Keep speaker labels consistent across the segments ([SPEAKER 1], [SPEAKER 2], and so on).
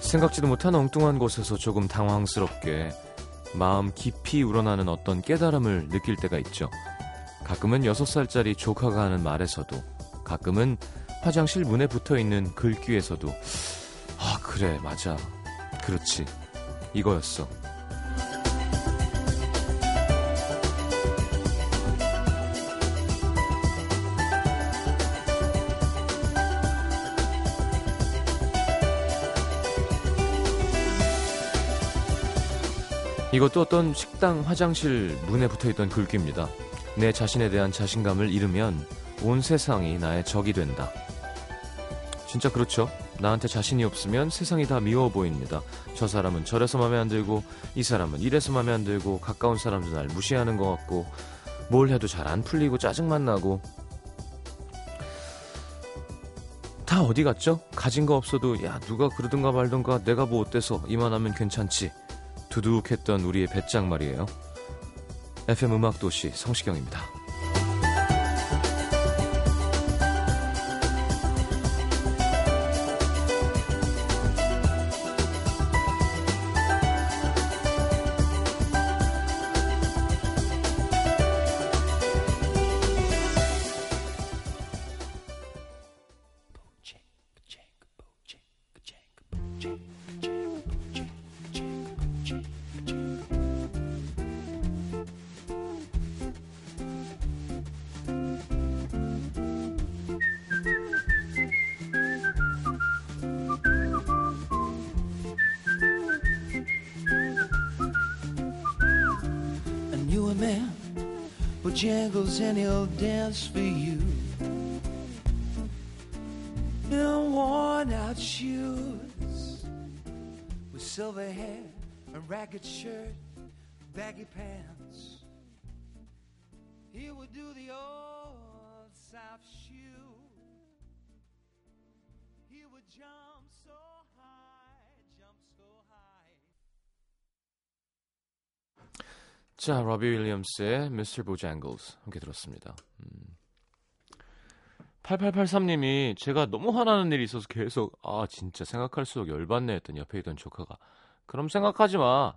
[SPEAKER 1] 생각지도 못한 엉뚱한 곳에서 조금 당황스럽게 마음 깊이 우러나는 어떤 깨달음을 느낄 때가 있죠. 가끔은 6살짜리 조카가 하는 말에서도 가끔은 화장실 문에 붙어 있는 글귀에서도 아, 그래, 맞아. 그렇지. 이거였어. 이것도 어떤 식당 화장실 문에 붙어 있던 글귀입니다. 내 자신에 대한 자신감을 잃으면 온 세상이 나의 적이 된다. 진짜 그렇죠. 나한테 자신이 없으면 세상이 다 미워 보입니다. 저 사람은 저래서 마음에 안 들고, 이 사람은 이래서 마음에 안 들고, 가까운 사람도 날 무시하는 것 같고, 뭘 해도 잘 안 풀리고 짜증만 나고. 다 어디 갔죠? 가진 거 없어도, 야, 누가 그러든가 말든가, 내가 뭐 어때서, 이만하면 괜찮지. 두둑했던 우리의 배짱 말이에요. FM 음악도시 성시경입니다.
[SPEAKER 2] I knew a man who jingles and he'll dance for you. In worn out shoes, with silver hair, a ragged shirt, baggy pants. He would do the old soft shoe. He would jump so high, jump so high.
[SPEAKER 1] 자, 로비 윌리엄스의 Mr. Bojangles 함께 들었습니다. 음. 8883님이 제가 너무 화나는 일이 있어서 계속 아 진짜 생각할수록 열받네 했던 옆에 있던 조카가 그럼 생각하지 마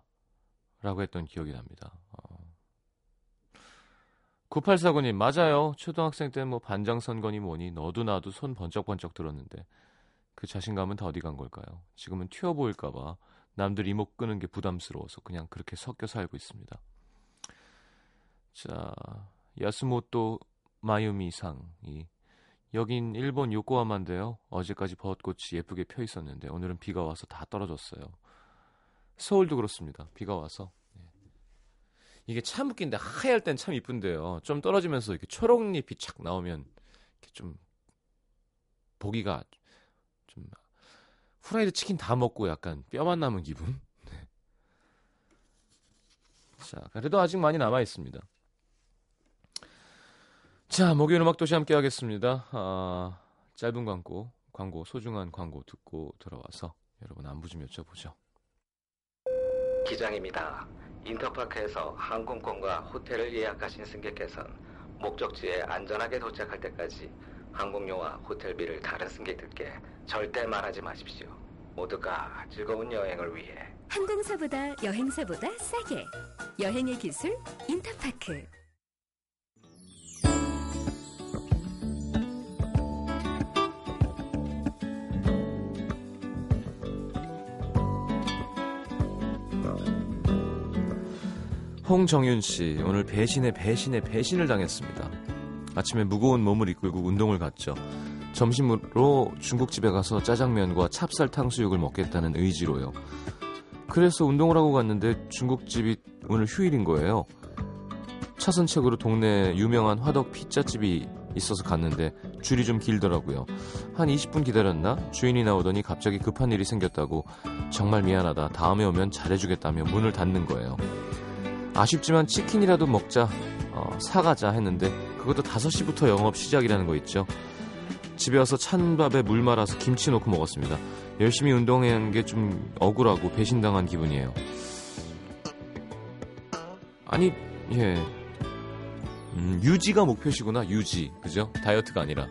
[SPEAKER 1] 라고 했던 기억이 납니다. 어. 9849님 맞아요. 초등학생 때 뭐 반장 선거니 뭐니 너도 나도 손 번쩍번쩍 들었는데 그 자신감은 다 어디 간 걸까요? 지금은 튀어 보일까봐 남들 이목 끄는 게 부담스러워서 그냥 그렇게 섞여 살고 있습니다. 자, 야스모토 마유미상이 여긴 일본 요코하마인데요. 어제까지 벚꽃이 예쁘게 펴 있었는데 오늘은 비가 와서 다 떨어졌어요. 서울도 그렇습니다. 비가 와서 예. 이게 참 웃긴데 하얄 땐 참 이쁜데요. 좀 떨어지면서 이렇게 초록잎이 착 나오면 이렇게 좀 보기가 좀 후라이드 치킨 다 먹고 약간 뼈만 남은 기분. 네. 자, 그래도 아직 많이 남아 있습니다. 자, 목요일 음악 도시 함께 하겠습니다. 아, 짧은 광고, 광고 소중한 광고 듣고 들어와서 여러분 안부 좀 여쭤보죠.
[SPEAKER 3] 기장입니다. 인터파크에서 항공권과 호텔을 예약하신 승객께서는 목적지에 안전하게 도착할 때까지 항공료와 호텔비를 다른 승객들께 절대 말하지 마십시오. 모두가 즐거운 여행을 위해
[SPEAKER 4] 항공사보다 여행사보다 싸게 여행의 기술 인터파크
[SPEAKER 1] 홍정윤 씨, 오늘 배신에 배신에 배신을 당했습니다. 아침에 무거운 몸을 이끌고 운동을 갔죠. 점심으로 중국집에 가서 짜장면과 찹쌀 탕수육을 먹겠다는 의지로요. 그래서 운동을 하고 갔는데 중국집이 오늘 휴일인 거예요. 차선책으로 동네 유명한 화덕 피자집이 있어서 갔는데 줄이 좀 길더라고요. 한 20분 기다렸나? 주인이 나오더니 갑자기 급한 일이 생겼다고 정말 미안하다. 다음에 오면 잘해주겠다며 문을 닫는 거예요. 아쉽지만 치킨이라도 먹자 어, 사가자 했는데 그것도 5시부터 영업 시작이라는 거 있죠 집에 와서 찬밥에 물 말아서 김치 넣고 먹었습니다 열심히 운동한 게 좀 억울하고 배신당한 기분이에요 아니 예 음, 유지가 목표시구나 유지 그죠 다이어트가 아니라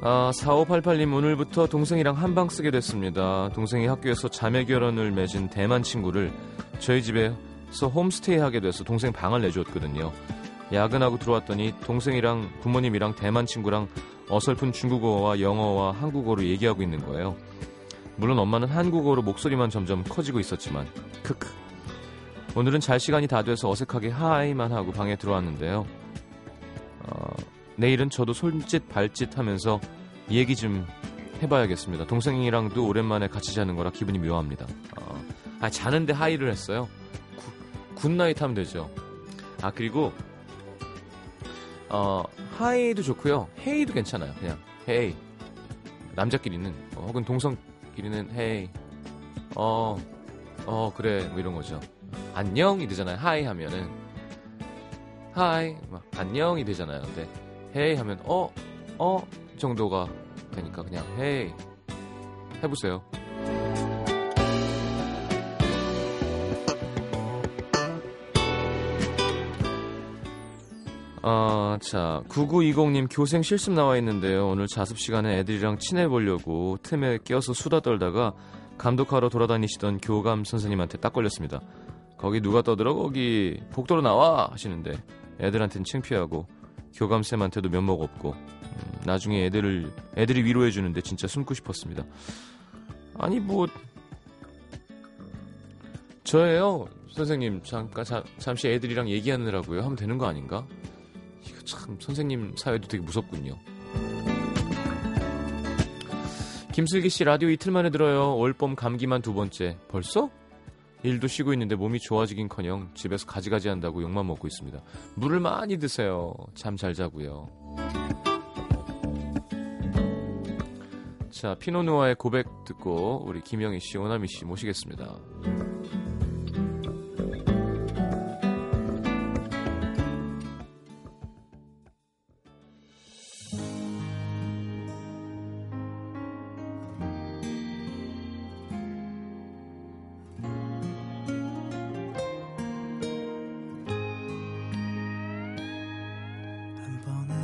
[SPEAKER 1] 아, 4588님 오늘부터 동생이랑 한방 쓰게 됐습니다. 동생이 학교에서 자매 결혼을 맺은 대만 친구를 저희 집에서 홈스테이 하게 돼서 동생 방을 내주었거든요. 야근하고 들어왔더니 동생이랑 부모님이랑 대만 친구랑 어설픈 중국어와 영어와 한국어로 얘기하고 있는 거예요. 물론 엄마는 한국어로 목소리만 점점 커지고 있었지만 크크. 오늘은 잘 시간이 다 돼서 어색하게 하이만 하고 방에 들어왔는데요. 어, 내일은 저도 손짓 발짓 하면서 얘기 좀 해봐야겠습니다. 동생이랑도 오랜만에 같이 자는 거라 기분이 묘합니다. 어, 아, 자는데 하이를 했어요. 구- 굿나잇 하면 되죠. 아 그리고 어, 하이도 좋고요. 헤이도 괜찮아요. 그냥 헤이 남자끼리는 어, 혹은 동성끼리는 헤이 어, 어 그래 뭐 이런 거죠. 안녕이 되잖아요. 하이 하면은 하이 막 안녕이 되잖아요. 근데 헤이 하면 어 어 정도가 되니까 그냥 헤이 해보세요. 아, 자, 9920님 교생 실습 나와 있는데요. 오늘 자습 시간에 애들이랑 친해 보려고 틈에 끼어서 수다 떨다가 감독하러 돌아다니시던 교감 선생님한테 딱 걸렸습니다. 거기 누가 떠들어 거기 복도로 나와 하시는데 애들한텐 창피하고 교감쌤한테도 면목 없고 음, 나중에 애들을 애들이 위로해 주는데 진짜 숨고 싶었습니다. 아니 뭐 저예요 선생님 잠깐 자- 잠시 애들이랑 얘기하느라고요 하면 되는 거 아닌가? 이거 참 선생님 사회도 되게 무섭군요. 김슬기 씨 라디오 이틀 만에 들어요. 올봄 감기만 두 번째. 벌써? 일도 쉬고 있는데 몸이 좋아지긴커녕 집에서 가지가지 한다고 욕만 먹고 있습니다. 물을 많이 드세요. 잠 잘 자고요. 자, 피노누아의 고백 듣고 우리 김영희 씨, 오나미 씨 모시겠습니다.
[SPEAKER 5] 한 번에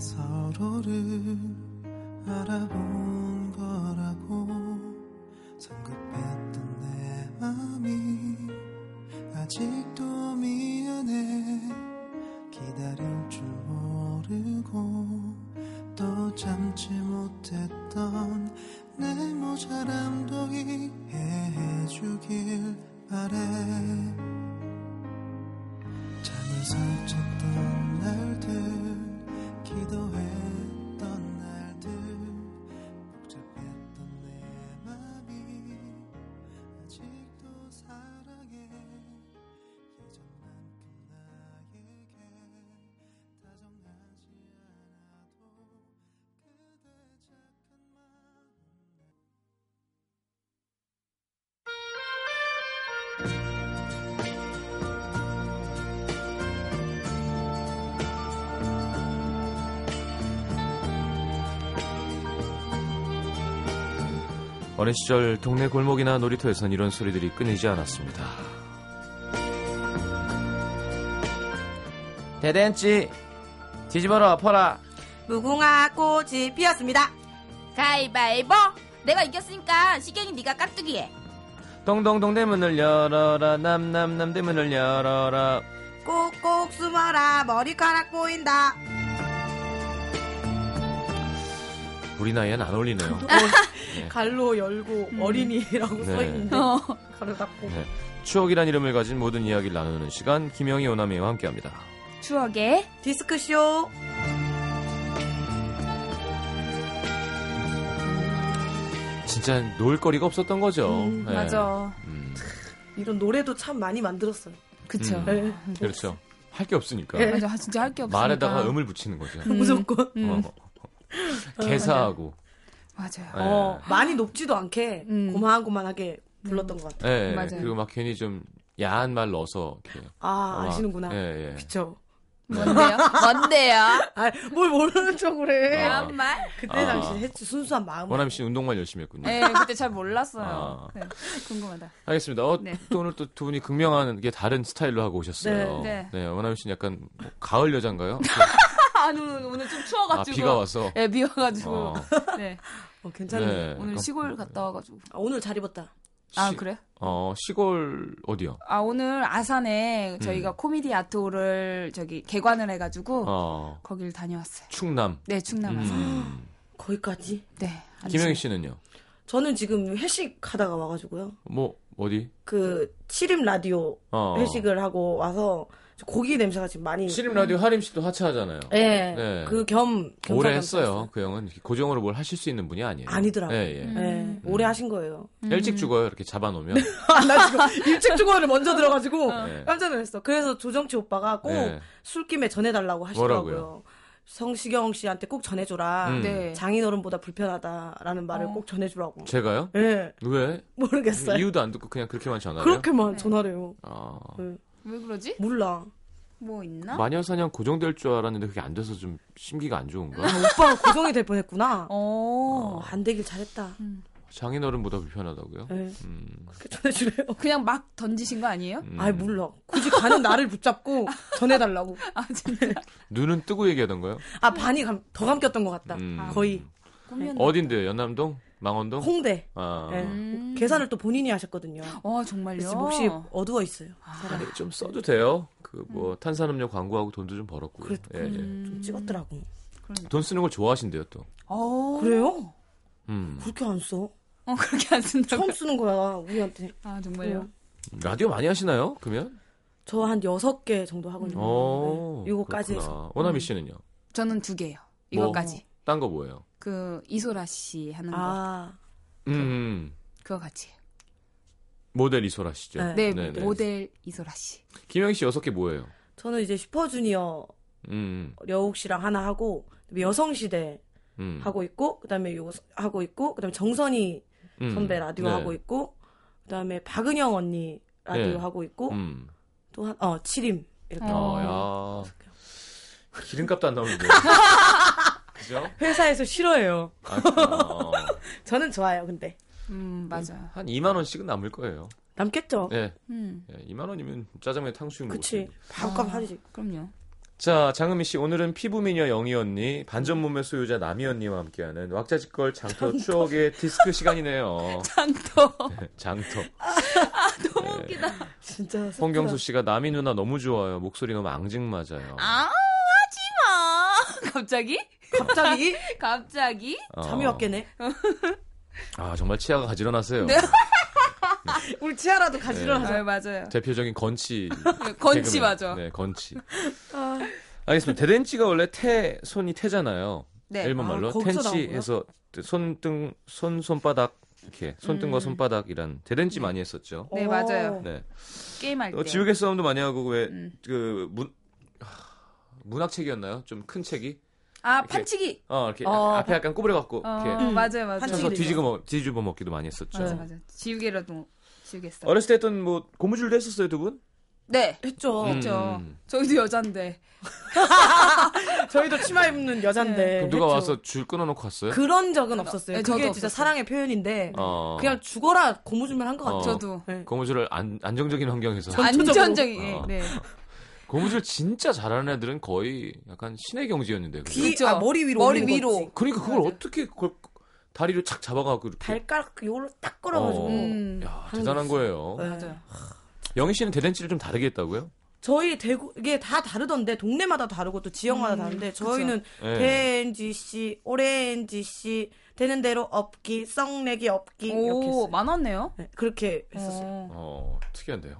[SPEAKER 5] 서로를 알아본 거라고 성급했던 내 마음이 아직도 미안해 기다릴 줄 모르고 또 참지 못했던 내 모자람도 이해해주길 바래 잠을 설쳤던 날들 기도했던 날들 복잡했던 내 맘이 아직도 사랑해 예전만큼 나에게 다정하지 않아도 그대 착한 마음
[SPEAKER 1] 어린 시절 동네 골목이나 놀이터에선 이런 소리들이 끊이지 않았습니다.
[SPEAKER 6] 대댄지 뒤집어라 엎어라
[SPEAKER 7] 무궁화 꽃이 피었습니다.
[SPEAKER 8] 가위바위보 내가 이겼으니까 시경이 네가 깍두기 해
[SPEAKER 6] 동동동 대문을 열어라 남남남 대문을 열어라
[SPEAKER 7] 꼭꼭 숨어라 머리카락 보인다.
[SPEAKER 1] 우리 나이엔 안 어울리네요. 네.
[SPEAKER 9] 갈로 열고
[SPEAKER 1] 음.
[SPEAKER 9] 어린이라고
[SPEAKER 1] 네.
[SPEAKER 9] 써있는데
[SPEAKER 8] 어.
[SPEAKER 9] 가로 닫고
[SPEAKER 1] 네. 추억이란 이름을 가진 모든 이야기를 나누는 시간 김영희 오나미와 함께합니다.
[SPEAKER 8] 추억의
[SPEAKER 7] 디스크 쇼.
[SPEAKER 1] 진짜 놀 거리가 없었던 거죠.
[SPEAKER 9] 음,
[SPEAKER 1] 네.
[SPEAKER 8] 맞아
[SPEAKER 1] 음,
[SPEAKER 9] 이런 노래도 참 많이 만들었어요.
[SPEAKER 7] 음.
[SPEAKER 1] 그쵸.
[SPEAKER 9] 네.
[SPEAKER 1] 그렇죠. 할 게 없으니까
[SPEAKER 9] 네.
[SPEAKER 8] 맞아 진짜 할 게 없으니까
[SPEAKER 1] 말에다가 음을 붙이는 거죠.
[SPEAKER 9] 무조건
[SPEAKER 1] 어, 어. 개사하고.
[SPEAKER 8] 맞아요
[SPEAKER 1] 네.
[SPEAKER 9] 어, 많이 높지도 않게
[SPEAKER 8] 음.
[SPEAKER 9] 고만고만하게
[SPEAKER 7] 음.
[SPEAKER 9] 불렀던 것 같아요.
[SPEAKER 1] 예, 예.
[SPEAKER 8] 맞아요.
[SPEAKER 1] 그리고 막 괜히 좀 야한 말 넣어서 이렇게.
[SPEAKER 9] 아
[SPEAKER 1] 막,
[SPEAKER 9] 아시는구나.
[SPEAKER 1] 예, 예.
[SPEAKER 9] 그쵸.
[SPEAKER 8] 뭔데요? 뭔데요?
[SPEAKER 9] 아뭘 모르는 척을 해.
[SPEAKER 1] 아.
[SPEAKER 8] 말?
[SPEAKER 9] 그때
[SPEAKER 1] 아.
[SPEAKER 9] 당시 했지 순수한 마음.
[SPEAKER 1] 원남 씨 운동만 열심히 했군요.
[SPEAKER 8] 네 그때 잘 몰랐어요
[SPEAKER 1] 아.
[SPEAKER 8] 네, 궁금하다
[SPEAKER 1] 알겠습니다. 어,
[SPEAKER 8] 네.
[SPEAKER 1] 또 오늘 또 두 분이 극명한 게 다른 스타일로 하고 오셨어요.
[SPEAKER 8] 네, 네.
[SPEAKER 1] 원남 씨는 약간 뭐 가을 여잔가요?
[SPEAKER 8] 아,
[SPEAKER 10] 안 오는 오늘 좀 추워가지고.
[SPEAKER 1] 아, 비가 와서?
[SPEAKER 8] 네,
[SPEAKER 10] 예, 비 와가지고.
[SPEAKER 1] 어.
[SPEAKER 10] 네.
[SPEAKER 9] 어,
[SPEAKER 1] 괜찮네. 네,
[SPEAKER 10] 오늘
[SPEAKER 1] 깜-
[SPEAKER 10] 시골 갔다 와가지고.
[SPEAKER 9] 아, 오늘 잘 입었다.
[SPEAKER 10] 아
[SPEAKER 1] 시-
[SPEAKER 10] 그래?
[SPEAKER 1] 어, 시골 어디요?
[SPEAKER 10] 아 오늘 아산에 저희가 코미디 아트홀을 저기 개관을 해가지고
[SPEAKER 1] 어,
[SPEAKER 10] 거길 다녀왔어요.
[SPEAKER 1] 충남.
[SPEAKER 10] 네 충남 아산.
[SPEAKER 1] 음.
[SPEAKER 9] 거기까지.
[SPEAKER 10] 네.
[SPEAKER 1] 김영희 씨는요?
[SPEAKER 9] 저는 지금 회식 하다가 와가지고요.
[SPEAKER 1] 뭐 어디?
[SPEAKER 9] 그 칠임 라디오
[SPEAKER 1] 어.
[SPEAKER 9] 회식을 하고 와서 고기 냄새가 지금 많이.
[SPEAKER 1] 시림 라디오 하림 씨도 하차하잖아요.
[SPEAKER 9] 예.
[SPEAKER 1] 네.
[SPEAKER 9] 그겸
[SPEAKER 1] 오래 했어요. 그 형은 고정으로 뭘 하실 수 있는 분이 아니에요.
[SPEAKER 9] 아니더라고요. 음.
[SPEAKER 1] 예, 예.
[SPEAKER 9] 예. 오래 하신 거예요.
[SPEAKER 1] 일찍 죽어요. 이렇게 잡아놓으면.
[SPEAKER 9] 아, 나 지금 일찍 중어를 먼저 들어가지고
[SPEAKER 1] 네.
[SPEAKER 9] 깜짝 놀랐어. 그래서 조정치 오빠가 꼭
[SPEAKER 1] 네.
[SPEAKER 9] 술김에 전해달라고 하시더라고요.
[SPEAKER 1] 뭐라고요?
[SPEAKER 9] 성시경 씨한테 꼭 전해줘라.
[SPEAKER 1] 음.
[SPEAKER 10] 네.
[SPEAKER 9] 장인어른보다 불편하다라는 말을
[SPEAKER 10] 어.
[SPEAKER 9] 꼭 전해주라고.
[SPEAKER 1] 제가요?
[SPEAKER 9] 예,
[SPEAKER 1] 왜?
[SPEAKER 9] 모르겠어요.
[SPEAKER 1] 이유도 안 듣고 그냥 그렇게만 전화해요. 네.
[SPEAKER 9] 그렇게만 전화래요.
[SPEAKER 1] 아,
[SPEAKER 10] 왜 그러지?
[SPEAKER 9] 몰라.
[SPEAKER 10] 뭐 있나?
[SPEAKER 1] 마녀사냥 고정될 줄 알았는데 그게 안 돼서 좀 심기가 안 좋은가?
[SPEAKER 9] 아, 오빠가 고정이 될 뻔했구나.
[SPEAKER 10] 어.
[SPEAKER 9] 어, 안 되길 잘했다.
[SPEAKER 1] 음. 장인어른보다 불편하다고요?
[SPEAKER 9] 예,
[SPEAKER 1] 음.
[SPEAKER 9] 그렇게 전해주래요.
[SPEAKER 10] 그냥 막 던지신 거 아니에요?
[SPEAKER 1] 음.
[SPEAKER 9] 아이 뭐. 몰라. 굳이 가는 나를 붙잡고 전해달라고.
[SPEAKER 10] 아 진짜
[SPEAKER 1] 눈은 뜨고 얘기하던가요?
[SPEAKER 9] 아 반이 감- 더 감겼던 것 같다.
[SPEAKER 1] 음.
[SPEAKER 9] 아, 거의
[SPEAKER 10] 꾸면.
[SPEAKER 1] 어딘데요? 연남동? 망원동?
[SPEAKER 9] 홍대.
[SPEAKER 1] 아,
[SPEAKER 9] 예.
[SPEAKER 10] 음.
[SPEAKER 9] 계산을 또 본인이 하셨거든요.
[SPEAKER 10] 어 정말요?
[SPEAKER 9] 지금 혹시 어두워 있어요.
[SPEAKER 1] 아니, 좀 써도 돼요. 그 뭐 탄산음료 광고하고 돈도 좀 벌었고요. 예, 예.
[SPEAKER 10] 음.
[SPEAKER 9] 좀 찍었더라고.
[SPEAKER 1] 돈 쓰는 걸 좋아하신대요 또.
[SPEAKER 10] 어.
[SPEAKER 9] 그래요?
[SPEAKER 1] 음.
[SPEAKER 9] 그렇게 안 써?
[SPEAKER 10] 어 그렇게 안 쓴다고?
[SPEAKER 9] 처음 쓰는 거야 우리한테. 어.
[SPEAKER 10] 아 정말요?
[SPEAKER 1] 라디오 많이 하시나요? 그러면?
[SPEAKER 9] 저 한 여섯 개 정도 하거든요.
[SPEAKER 1] 어.
[SPEAKER 9] 음, 네, 요거까지
[SPEAKER 1] 그렇구나.
[SPEAKER 9] 해서. 음.
[SPEAKER 1] 오나미 씨는요?
[SPEAKER 10] 저는 두 개요. 이거까지.
[SPEAKER 1] 딴 거 뭐예요?
[SPEAKER 10] 그 이소라 씨 하는 거
[SPEAKER 9] 아,
[SPEAKER 1] 음.
[SPEAKER 10] 그거 같이. 해요.
[SPEAKER 1] 모델 이소라 씨죠.
[SPEAKER 9] 네.
[SPEAKER 10] 네,
[SPEAKER 1] 네네.
[SPEAKER 10] 모델 이소라 씨.
[SPEAKER 1] 김영희 씨 여섯 개 뭐예요?
[SPEAKER 9] 저는 이제 슈퍼주니어
[SPEAKER 1] 음.
[SPEAKER 9] 려욱 씨랑 하나 하고 그다음에 여성시대
[SPEAKER 1] 음.
[SPEAKER 9] 하고 있고 그다음에 요거 하고 있고 그다음에 정선희
[SPEAKER 1] 음.
[SPEAKER 9] 선배 라디오
[SPEAKER 1] 네.
[SPEAKER 9] 하고 있고 그다음에 박은영 언니 라디오
[SPEAKER 1] 네.
[SPEAKER 9] 하고 있고
[SPEAKER 1] 음.
[SPEAKER 9] 또 한 어 칠임 이렇게
[SPEAKER 1] 아, 야. 기름값도 안 나오는데. 그죠?
[SPEAKER 9] 회사에서 싫어해요.
[SPEAKER 1] 아, 어.
[SPEAKER 9] 저는 좋아요, 근데
[SPEAKER 10] 음, 맞아요.
[SPEAKER 1] 한 2만 원씩은 남을 거예요.
[SPEAKER 9] 남겠죠.
[SPEAKER 1] 네.
[SPEAKER 10] 음.
[SPEAKER 1] 예, 2만 원이면 짜장면 탕수육
[SPEAKER 9] 어? 그치.
[SPEAKER 1] 먹을 텐데.
[SPEAKER 9] 밥값 하지.
[SPEAKER 10] 그럼요.
[SPEAKER 1] 자, 장은미 씨 오늘은 피부 미녀 영희 언니, 반전 몸매 소유자 남희 언니와 함께하는 왁자지껄 장터 추억의 디스크 시간이네요.
[SPEAKER 10] 산토.
[SPEAKER 1] 네, 장터.
[SPEAKER 10] 너무 웃기다.
[SPEAKER 9] 아, 진짜. 슬프다.
[SPEAKER 1] 홍경수 씨가 남희 누나 너무 좋아요. 목소리 너무 앙증맞아요.
[SPEAKER 10] 아, 하지 마. 갑자기?
[SPEAKER 9] 갑자기
[SPEAKER 10] 갑자기?
[SPEAKER 1] 어.
[SPEAKER 9] 잠이 왔겠네.
[SPEAKER 1] 아, 정말 치아가 가지런하세요.
[SPEAKER 9] 네? 우리 치아라도 가지러
[SPEAKER 1] 네.
[SPEAKER 9] 하자.
[SPEAKER 10] 아, 맞아요.
[SPEAKER 1] 대표적인 건치.
[SPEAKER 10] 건치
[SPEAKER 1] 개그맨.
[SPEAKER 10] 맞아.
[SPEAKER 1] 네, 건치.
[SPEAKER 9] 아.
[SPEAKER 1] 알겠습니다. 대댄치가 원래 태 손이 태잖아요.
[SPEAKER 10] 네.
[SPEAKER 1] 일본
[SPEAKER 9] 아,
[SPEAKER 1] 말로
[SPEAKER 9] 거기서 나온
[SPEAKER 1] 텐치
[SPEAKER 9] 거야?
[SPEAKER 1] 해서 손등 손 손바닥 이렇게
[SPEAKER 9] 음.
[SPEAKER 1] 손등과 손바닥이란 대댄치 많이 했었죠.
[SPEAKER 10] 네,
[SPEAKER 9] 오.
[SPEAKER 10] 맞아요.
[SPEAKER 1] 네.
[SPEAKER 10] 게임할 때.
[SPEAKER 1] 어, 지우개 싸움도 많이 하고 왜
[SPEAKER 10] 음.
[SPEAKER 1] 그문 문학 책이었나요? 좀 큰 책이?
[SPEAKER 10] 아,
[SPEAKER 1] 이렇게.
[SPEAKER 10] 판치기.
[SPEAKER 1] 어, 이렇게
[SPEAKER 10] 어.
[SPEAKER 1] 앞에
[SPEAKER 9] 그
[SPEAKER 1] 약간 꼬부려 갖고
[SPEAKER 10] 어,
[SPEAKER 9] 음.
[SPEAKER 1] 이렇게
[SPEAKER 10] 맞아요, 맞아요.
[SPEAKER 9] 판치기.
[SPEAKER 1] 쳐서 뒤집어
[SPEAKER 9] 음.
[SPEAKER 1] 먹, 뒤집어 먹기도 많이 했었죠.
[SPEAKER 10] 맞아, 맞아. 지우개라도 지우개 싸.
[SPEAKER 1] 어렸을 때 했던 뭐 고무줄도 했었어요, 두 분?
[SPEAKER 10] 네.
[SPEAKER 9] 어, 했죠.
[SPEAKER 1] 음.
[SPEAKER 10] 그렇죠. 저희도 여잔데.
[SPEAKER 9] 저희도 치마 입는 여잔데.
[SPEAKER 1] 네. 그럼 누가
[SPEAKER 9] 네, 했죠.
[SPEAKER 1] 와서 줄 끊어 놓고 갔어요?
[SPEAKER 9] 그런 적은 없었어요.
[SPEAKER 10] 네, 저도
[SPEAKER 9] 그게 진짜
[SPEAKER 10] 없었어요.
[SPEAKER 9] 사랑의 표현인데
[SPEAKER 1] 어.
[SPEAKER 9] 그냥 죽어라 고무줄만 한 것
[SPEAKER 1] 어.
[SPEAKER 9] 같아요.
[SPEAKER 10] 저도.
[SPEAKER 9] 네.
[SPEAKER 1] 고무줄을 안, 안정적인 환경에서
[SPEAKER 9] 전체적으로.
[SPEAKER 10] 안전적인.
[SPEAKER 1] 어.
[SPEAKER 10] 네.
[SPEAKER 1] 고무줄 진짜 잘하는 애들은 거의 약간 신의 경지였는데. 그죠?
[SPEAKER 9] 귀,
[SPEAKER 10] 그렇죠.
[SPEAKER 9] 아, 머리 위로
[SPEAKER 10] 머리
[SPEAKER 9] 올리는
[SPEAKER 10] 위로.
[SPEAKER 9] 거지.
[SPEAKER 1] 그러니까 그걸 어떻게 그걸 다리로 착 잡아가고 이렇게.
[SPEAKER 9] 발가락 요걸로 딱 끌어가지고.
[SPEAKER 1] 어.
[SPEAKER 10] 음.
[SPEAKER 1] 야 대단한 거예요.
[SPEAKER 9] 네.
[SPEAKER 10] 맞아요.
[SPEAKER 1] 영희 씨는 대댄치를 좀 다르게 했다고요?
[SPEAKER 9] 저희 대구 이게 다 다르던데 동네마다 다르고 또 지역마다
[SPEAKER 10] 음,
[SPEAKER 9] 다른데 저희는
[SPEAKER 1] 네.
[SPEAKER 9] 대엔지 씨, 오렌지 씨 되는 대로 업기, 썩내기 업기 이렇게
[SPEAKER 10] 오,
[SPEAKER 9] 했어요.
[SPEAKER 10] 많았네요.
[SPEAKER 9] 네, 그렇게 했었어요.
[SPEAKER 10] 어,
[SPEAKER 1] 어 특이한데요.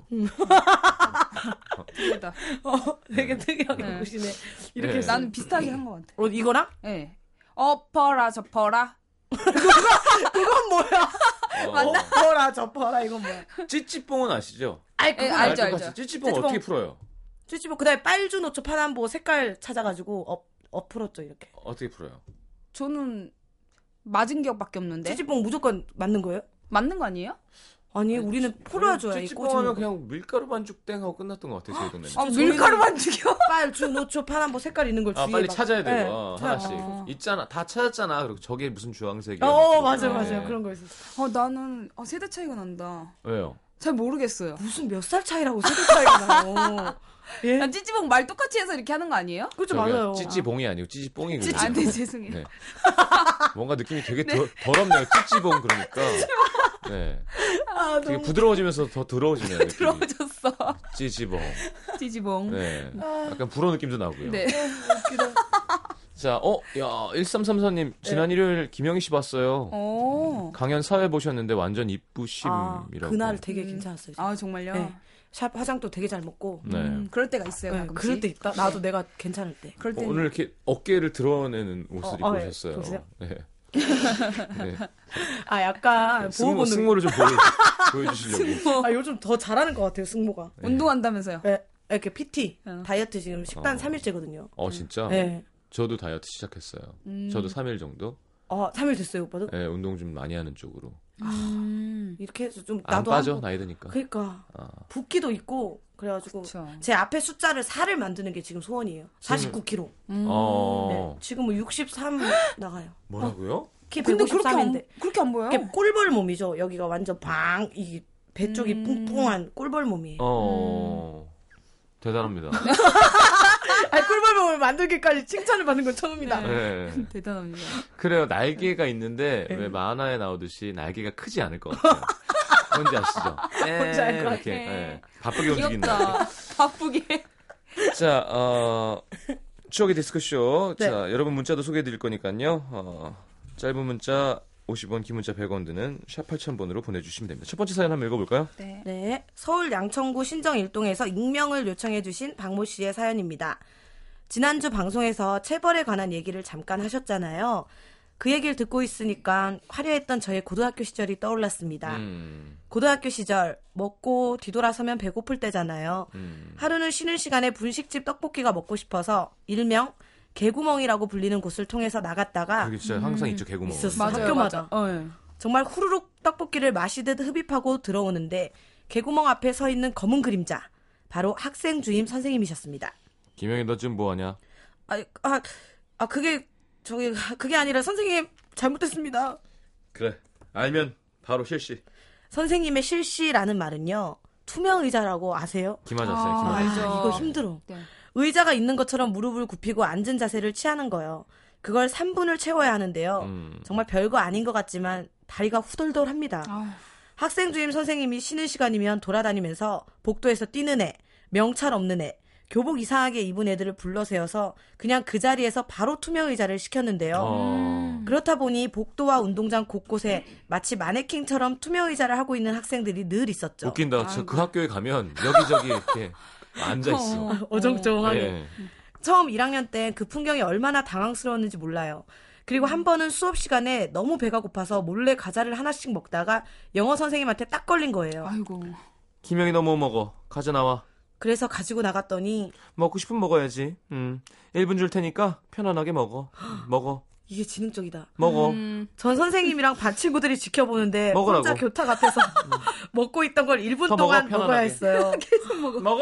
[SPEAKER 10] 특이하다.
[SPEAKER 9] 어, 되게 특이하게
[SPEAKER 10] 네.
[SPEAKER 9] 보시네.
[SPEAKER 1] 네.
[SPEAKER 9] 이렇게 했어요.
[SPEAKER 10] 나는 비슷하게 한 것 같아.
[SPEAKER 9] 어, 이거랑
[SPEAKER 1] 음.
[SPEAKER 10] 예. 엎어라, 접어라.
[SPEAKER 9] 이건 뭐야?
[SPEAKER 1] 어,
[SPEAKER 9] 접어라 접어라 이건 뭐야?
[SPEAKER 1] 찌찌뽕은 아시죠?
[SPEAKER 9] 아이
[SPEAKER 10] 예,
[SPEAKER 9] 그거
[SPEAKER 10] 알- 알죠,
[SPEAKER 1] 알것 같이.
[SPEAKER 10] 알죠.
[SPEAKER 1] 찌찌뽕
[SPEAKER 9] 찌찌뽕.
[SPEAKER 1] 어떻게 풀어요?
[SPEAKER 9] 쭈쭈보 그다음에 빨주 노초 파남보 색깔 찾아가지고 엎 엎으렀죠 이렇게.
[SPEAKER 1] 어떻게 풀어요?
[SPEAKER 10] 저는 맞은 기억밖에 없는데.
[SPEAKER 9] 찌찌뽕 무조건 맞는 거예요?
[SPEAKER 10] 맞는 거 아니에요?
[SPEAKER 9] 아니 우리는 풀어줘야 이
[SPEAKER 1] 찌찌뽕 하면
[SPEAKER 9] 꼬집은
[SPEAKER 1] 그냥 밀가루 반죽 땡 하고 끝났던 것 같아요 저희 동네.
[SPEAKER 10] 아,
[SPEAKER 1] 는
[SPEAKER 9] 저희는-
[SPEAKER 10] 밀가루만 죽여?
[SPEAKER 9] 빨주 노초 파남보 색깔 있는 걸
[SPEAKER 1] 아
[SPEAKER 9] 주위에
[SPEAKER 1] 빨리
[SPEAKER 9] 막-
[SPEAKER 1] 찾아야 돼요
[SPEAKER 9] 네,
[SPEAKER 1] 어,
[SPEAKER 9] 찾아-
[SPEAKER 1] 하나씩
[SPEAKER 10] 어.
[SPEAKER 1] 있잖아 다 찾았잖아 그리고 저게 무슨 주황색이야
[SPEAKER 9] 어
[SPEAKER 1] 이렇게.
[SPEAKER 9] 맞아요
[SPEAKER 1] 네.
[SPEAKER 9] 맞아요 그런 거 있었어.
[SPEAKER 10] 어, 나는 어, 세대 차이가 난다.
[SPEAKER 1] 왜요?
[SPEAKER 10] 잘 모르겠어요.
[SPEAKER 9] 무슨 몇 살 차이라고 세대 차이가 나요? 예?
[SPEAKER 1] 네.
[SPEAKER 10] 난 아, 찌찌봉 말 똑같이 해서 이렇게 하는 거 아니에요?
[SPEAKER 9] 그렇죠
[SPEAKER 1] 저기요, 찌찌봉이 아니고 찌찌뽕이군요. 그러니까.
[SPEAKER 10] 찌찌- 아, 네, 죄송해요.
[SPEAKER 1] 뭔가 느낌이 되게 더, 더럽네요. 찌찌봉 그러니까. 네.
[SPEAKER 10] 아,
[SPEAKER 1] 되게 부드러워지면서 더 더러워지네요. 느낌이.
[SPEAKER 10] 부드러워졌어.
[SPEAKER 1] 찌찌봉.
[SPEAKER 10] 찌찌봉.
[SPEAKER 1] 네. 약간 불어 느낌도 나고요.
[SPEAKER 10] 네.
[SPEAKER 1] 자, 어, 야, 1334님, 지난
[SPEAKER 9] 네.
[SPEAKER 1] 일요일 김영희 씨 봤어요.
[SPEAKER 10] 오.
[SPEAKER 1] 강연 사회 보셨는데 완전 이쁘심이라고.
[SPEAKER 9] 아, 그날 되게 괜찮았어요.
[SPEAKER 10] 아, 정말요?
[SPEAKER 9] 네. 샵 화장도 되게 잘 먹고.
[SPEAKER 1] 네.
[SPEAKER 10] 음, 그럴 때가 있어요.
[SPEAKER 9] 네,
[SPEAKER 10] 가끔씩.
[SPEAKER 9] 그럴 때 있다. 나도 내가 괜찮을 때.
[SPEAKER 10] 그럴
[SPEAKER 1] 어,
[SPEAKER 10] 때.
[SPEAKER 1] 오늘 이렇게 어깨를 드러내는 옷을
[SPEAKER 9] 어,
[SPEAKER 1] 입고
[SPEAKER 9] 어, 네.
[SPEAKER 1] 오셨어요.
[SPEAKER 9] 보세요.
[SPEAKER 1] 네. 네.
[SPEAKER 9] 아 약간
[SPEAKER 1] 승모,
[SPEAKER 9] 보호본능.
[SPEAKER 1] 승모를 좀 보여, 보여주시려고.
[SPEAKER 9] 아 요즘 더 잘하는 것 같아요 승모가.
[SPEAKER 10] 운동한다면서요?
[SPEAKER 9] 예, 이렇게 PT 다이어트 지금 식단
[SPEAKER 1] 어.
[SPEAKER 9] 3일째거든요.
[SPEAKER 1] 어, 진짜?
[SPEAKER 9] 네.
[SPEAKER 1] 저도 다이어트 시작했어요.
[SPEAKER 10] 음.
[SPEAKER 1] 네. 저도 3일 정도?
[SPEAKER 9] 아 3일 됐어요 오빠도.
[SPEAKER 1] 네, 운동 좀 많이 하는 쪽으로.
[SPEAKER 10] 음.
[SPEAKER 9] 이렇게 해서 좀
[SPEAKER 1] 안
[SPEAKER 9] 나도
[SPEAKER 1] 빠져,
[SPEAKER 9] 한번-
[SPEAKER 1] 나이 드니까.
[SPEAKER 9] 그러니까
[SPEAKER 1] 아.
[SPEAKER 9] 붓기도 있고 그래가지고
[SPEAKER 10] 그쵸.
[SPEAKER 9] 제 앞에 숫자를 4를 만드는 게 지금 소원이에요. 49kg.
[SPEAKER 10] 음.
[SPEAKER 1] 어,
[SPEAKER 9] 네, 지금 은63 나가요.
[SPEAKER 1] 뭐라고요?
[SPEAKER 9] 키
[SPEAKER 10] 근데 그렇게 안,
[SPEAKER 9] 153인데.
[SPEAKER 10] 그렇게 안 보여요?
[SPEAKER 1] 어.
[SPEAKER 9] 이렇게 꿀벌 몸이죠. 여기가 완전 방, 이 배 쪽이
[SPEAKER 10] 음.
[SPEAKER 9] 뿡뿡한 꿀벌 몸이에요. 음.
[SPEAKER 1] 어, 대단합니다.
[SPEAKER 9] 아, 꿀벌 몸을 만들기까지 칭찬을 받는 건 처음이다.
[SPEAKER 1] 네.
[SPEAKER 10] 대단합니다.
[SPEAKER 1] 그래요.
[SPEAKER 9] 네.
[SPEAKER 1] 날개가 있는데 왜 만화에 나오듯이 날개가 크지 않을 것 같아요. 뭔지 아시죠?
[SPEAKER 9] 뭔지 알것 같아.
[SPEAKER 1] 이렇게 예. 바쁘게 움직인다.
[SPEAKER 10] 귀엽다. 바쁘게.
[SPEAKER 1] 자, 어, 추억의 디스크쇼.
[SPEAKER 9] 네.
[SPEAKER 1] 자, 여러분 문자도 소개해드릴 거니까요. 어, 짧은 문자 50원, 긴 문자 100원 드는 샵 8000번으로 보내주시면 됩니다. 첫 번째 사연 한번 읽어볼까요?
[SPEAKER 10] 네.
[SPEAKER 9] 네. 서울 양천구 신정 일동에서 익명을 요청해주신 박모 씨의 사연입니다. 지난주 방송에서 체벌에 관한 얘기를 잠깐 하셨잖아요. 그 얘기를 듣고 있으니까 화려했던 저의 고등학교 시절이 떠올랐습니다.
[SPEAKER 1] 음,
[SPEAKER 9] 고등학교 시절 먹고 뒤돌아서면 배고플 때잖아요.
[SPEAKER 1] 음,
[SPEAKER 9] 하루는 쉬는 시간에 분식집 떡볶이가 먹고 싶어서 일명 개구멍이라고 불리는 곳을 통해서 나갔다가
[SPEAKER 1] 그게 진짜 항상 있죠, 개구멍.
[SPEAKER 9] 아. 음. 있었어.
[SPEAKER 10] 맞아요.
[SPEAKER 9] 학교마다.
[SPEAKER 10] 맞아. 어, 예.
[SPEAKER 9] 정말 후루룩 떡볶이를 마시듯 흡입하고 들어오는데 개구멍 앞에 서 있는 검은 그림자 바로 학생 주임 선생님이셨습니다.
[SPEAKER 1] 김영희 너 지금 뭐하냐?
[SPEAKER 9] 아, 아, 아 그게 저기 그게 아니라 선생님 잘못됐습니다.
[SPEAKER 1] 그래. 알면 바로 실시.
[SPEAKER 9] 선생님의 실시라는 말은요 투명 의자라고 아세요?
[SPEAKER 1] 기맞았어요
[SPEAKER 10] 아,
[SPEAKER 1] 기맞았어요
[SPEAKER 10] 알죠.
[SPEAKER 9] 이거 힘들어.
[SPEAKER 10] 네.
[SPEAKER 9] 의자가 있는 것처럼 무릎을 굽히고 앉은 자세를 취하는 거예요. 그걸 3분을 채워야 하는데요.
[SPEAKER 1] 음.
[SPEAKER 9] 정말 별거 아닌 것 같지만 다리가 후덜덜합니다.
[SPEAKER 10] 아우.
[SPEAKER 9] 학생 주임 선생님이 쉬는 시간이면 돌아다니면서 복도에서 뛰는 애, 명찰 없는 애, 교복 이상하게 입은 애들을 불러세워서 그냥 그 자리에서 바로 투명 의자를 시켰는데요.
[SPEAKER 1] 어.
[SPEAKER 9] 그렇다 보니 복도와 운동장 곳곳에 마치 마네킹처럼 투명 의자를 하고 있는 학생들이 늘 있었죠.
[SPEAKER 1] 웃긴다. 저 그 학교에 가면 여기저기 이렇게 앉아 있어.
[SPEAKER 10] 어.
[SPEAKER 9] 어정쩡하게.
[SPEAKER 1] 예.
[SPEAKER 9] 처음 1학년 때 그 풍경이 얼마나 당황스러웠는지 몰라요. 그리고 한 번은 수업 시간에 너무 배가 고파서 몰래 과자를 하나씩 먹다가 영어 선생님한테 딱 걸린 거예요.
[SPEAKER 10] 아이고.
[SPEAKER 1] 김영이 너 뭐 먹어? 가져 나와.
[SPEAKER 9] 그래서 가지고 나갔더니
[SPEAKER 1] 먹고 싶으면 먹어야지. 음. 1분 줄 테니까 편안하게 먹어. 음, 먹어.
[SPEAKER 9] 이게 지능적이다.
[SPEAKER 1] 먹어.
[SPEAKER 10] 음.
[SPEAKER 9] 전 선생님이랑 반 친구들이 지켜보는데
[SPEAKER 1] 먹으라고.
[SPEAKER 9] 혼자 교탁 앞에서 먹고 있던 걸 1분
[SPEAKER 1] 더 먹어,
[SPEAKER 9] 동안
[SPEAKER 1] 편안하게.
[SPEAKER 9] 먹어야 했어요.
[SPEAKER 1] 먹어!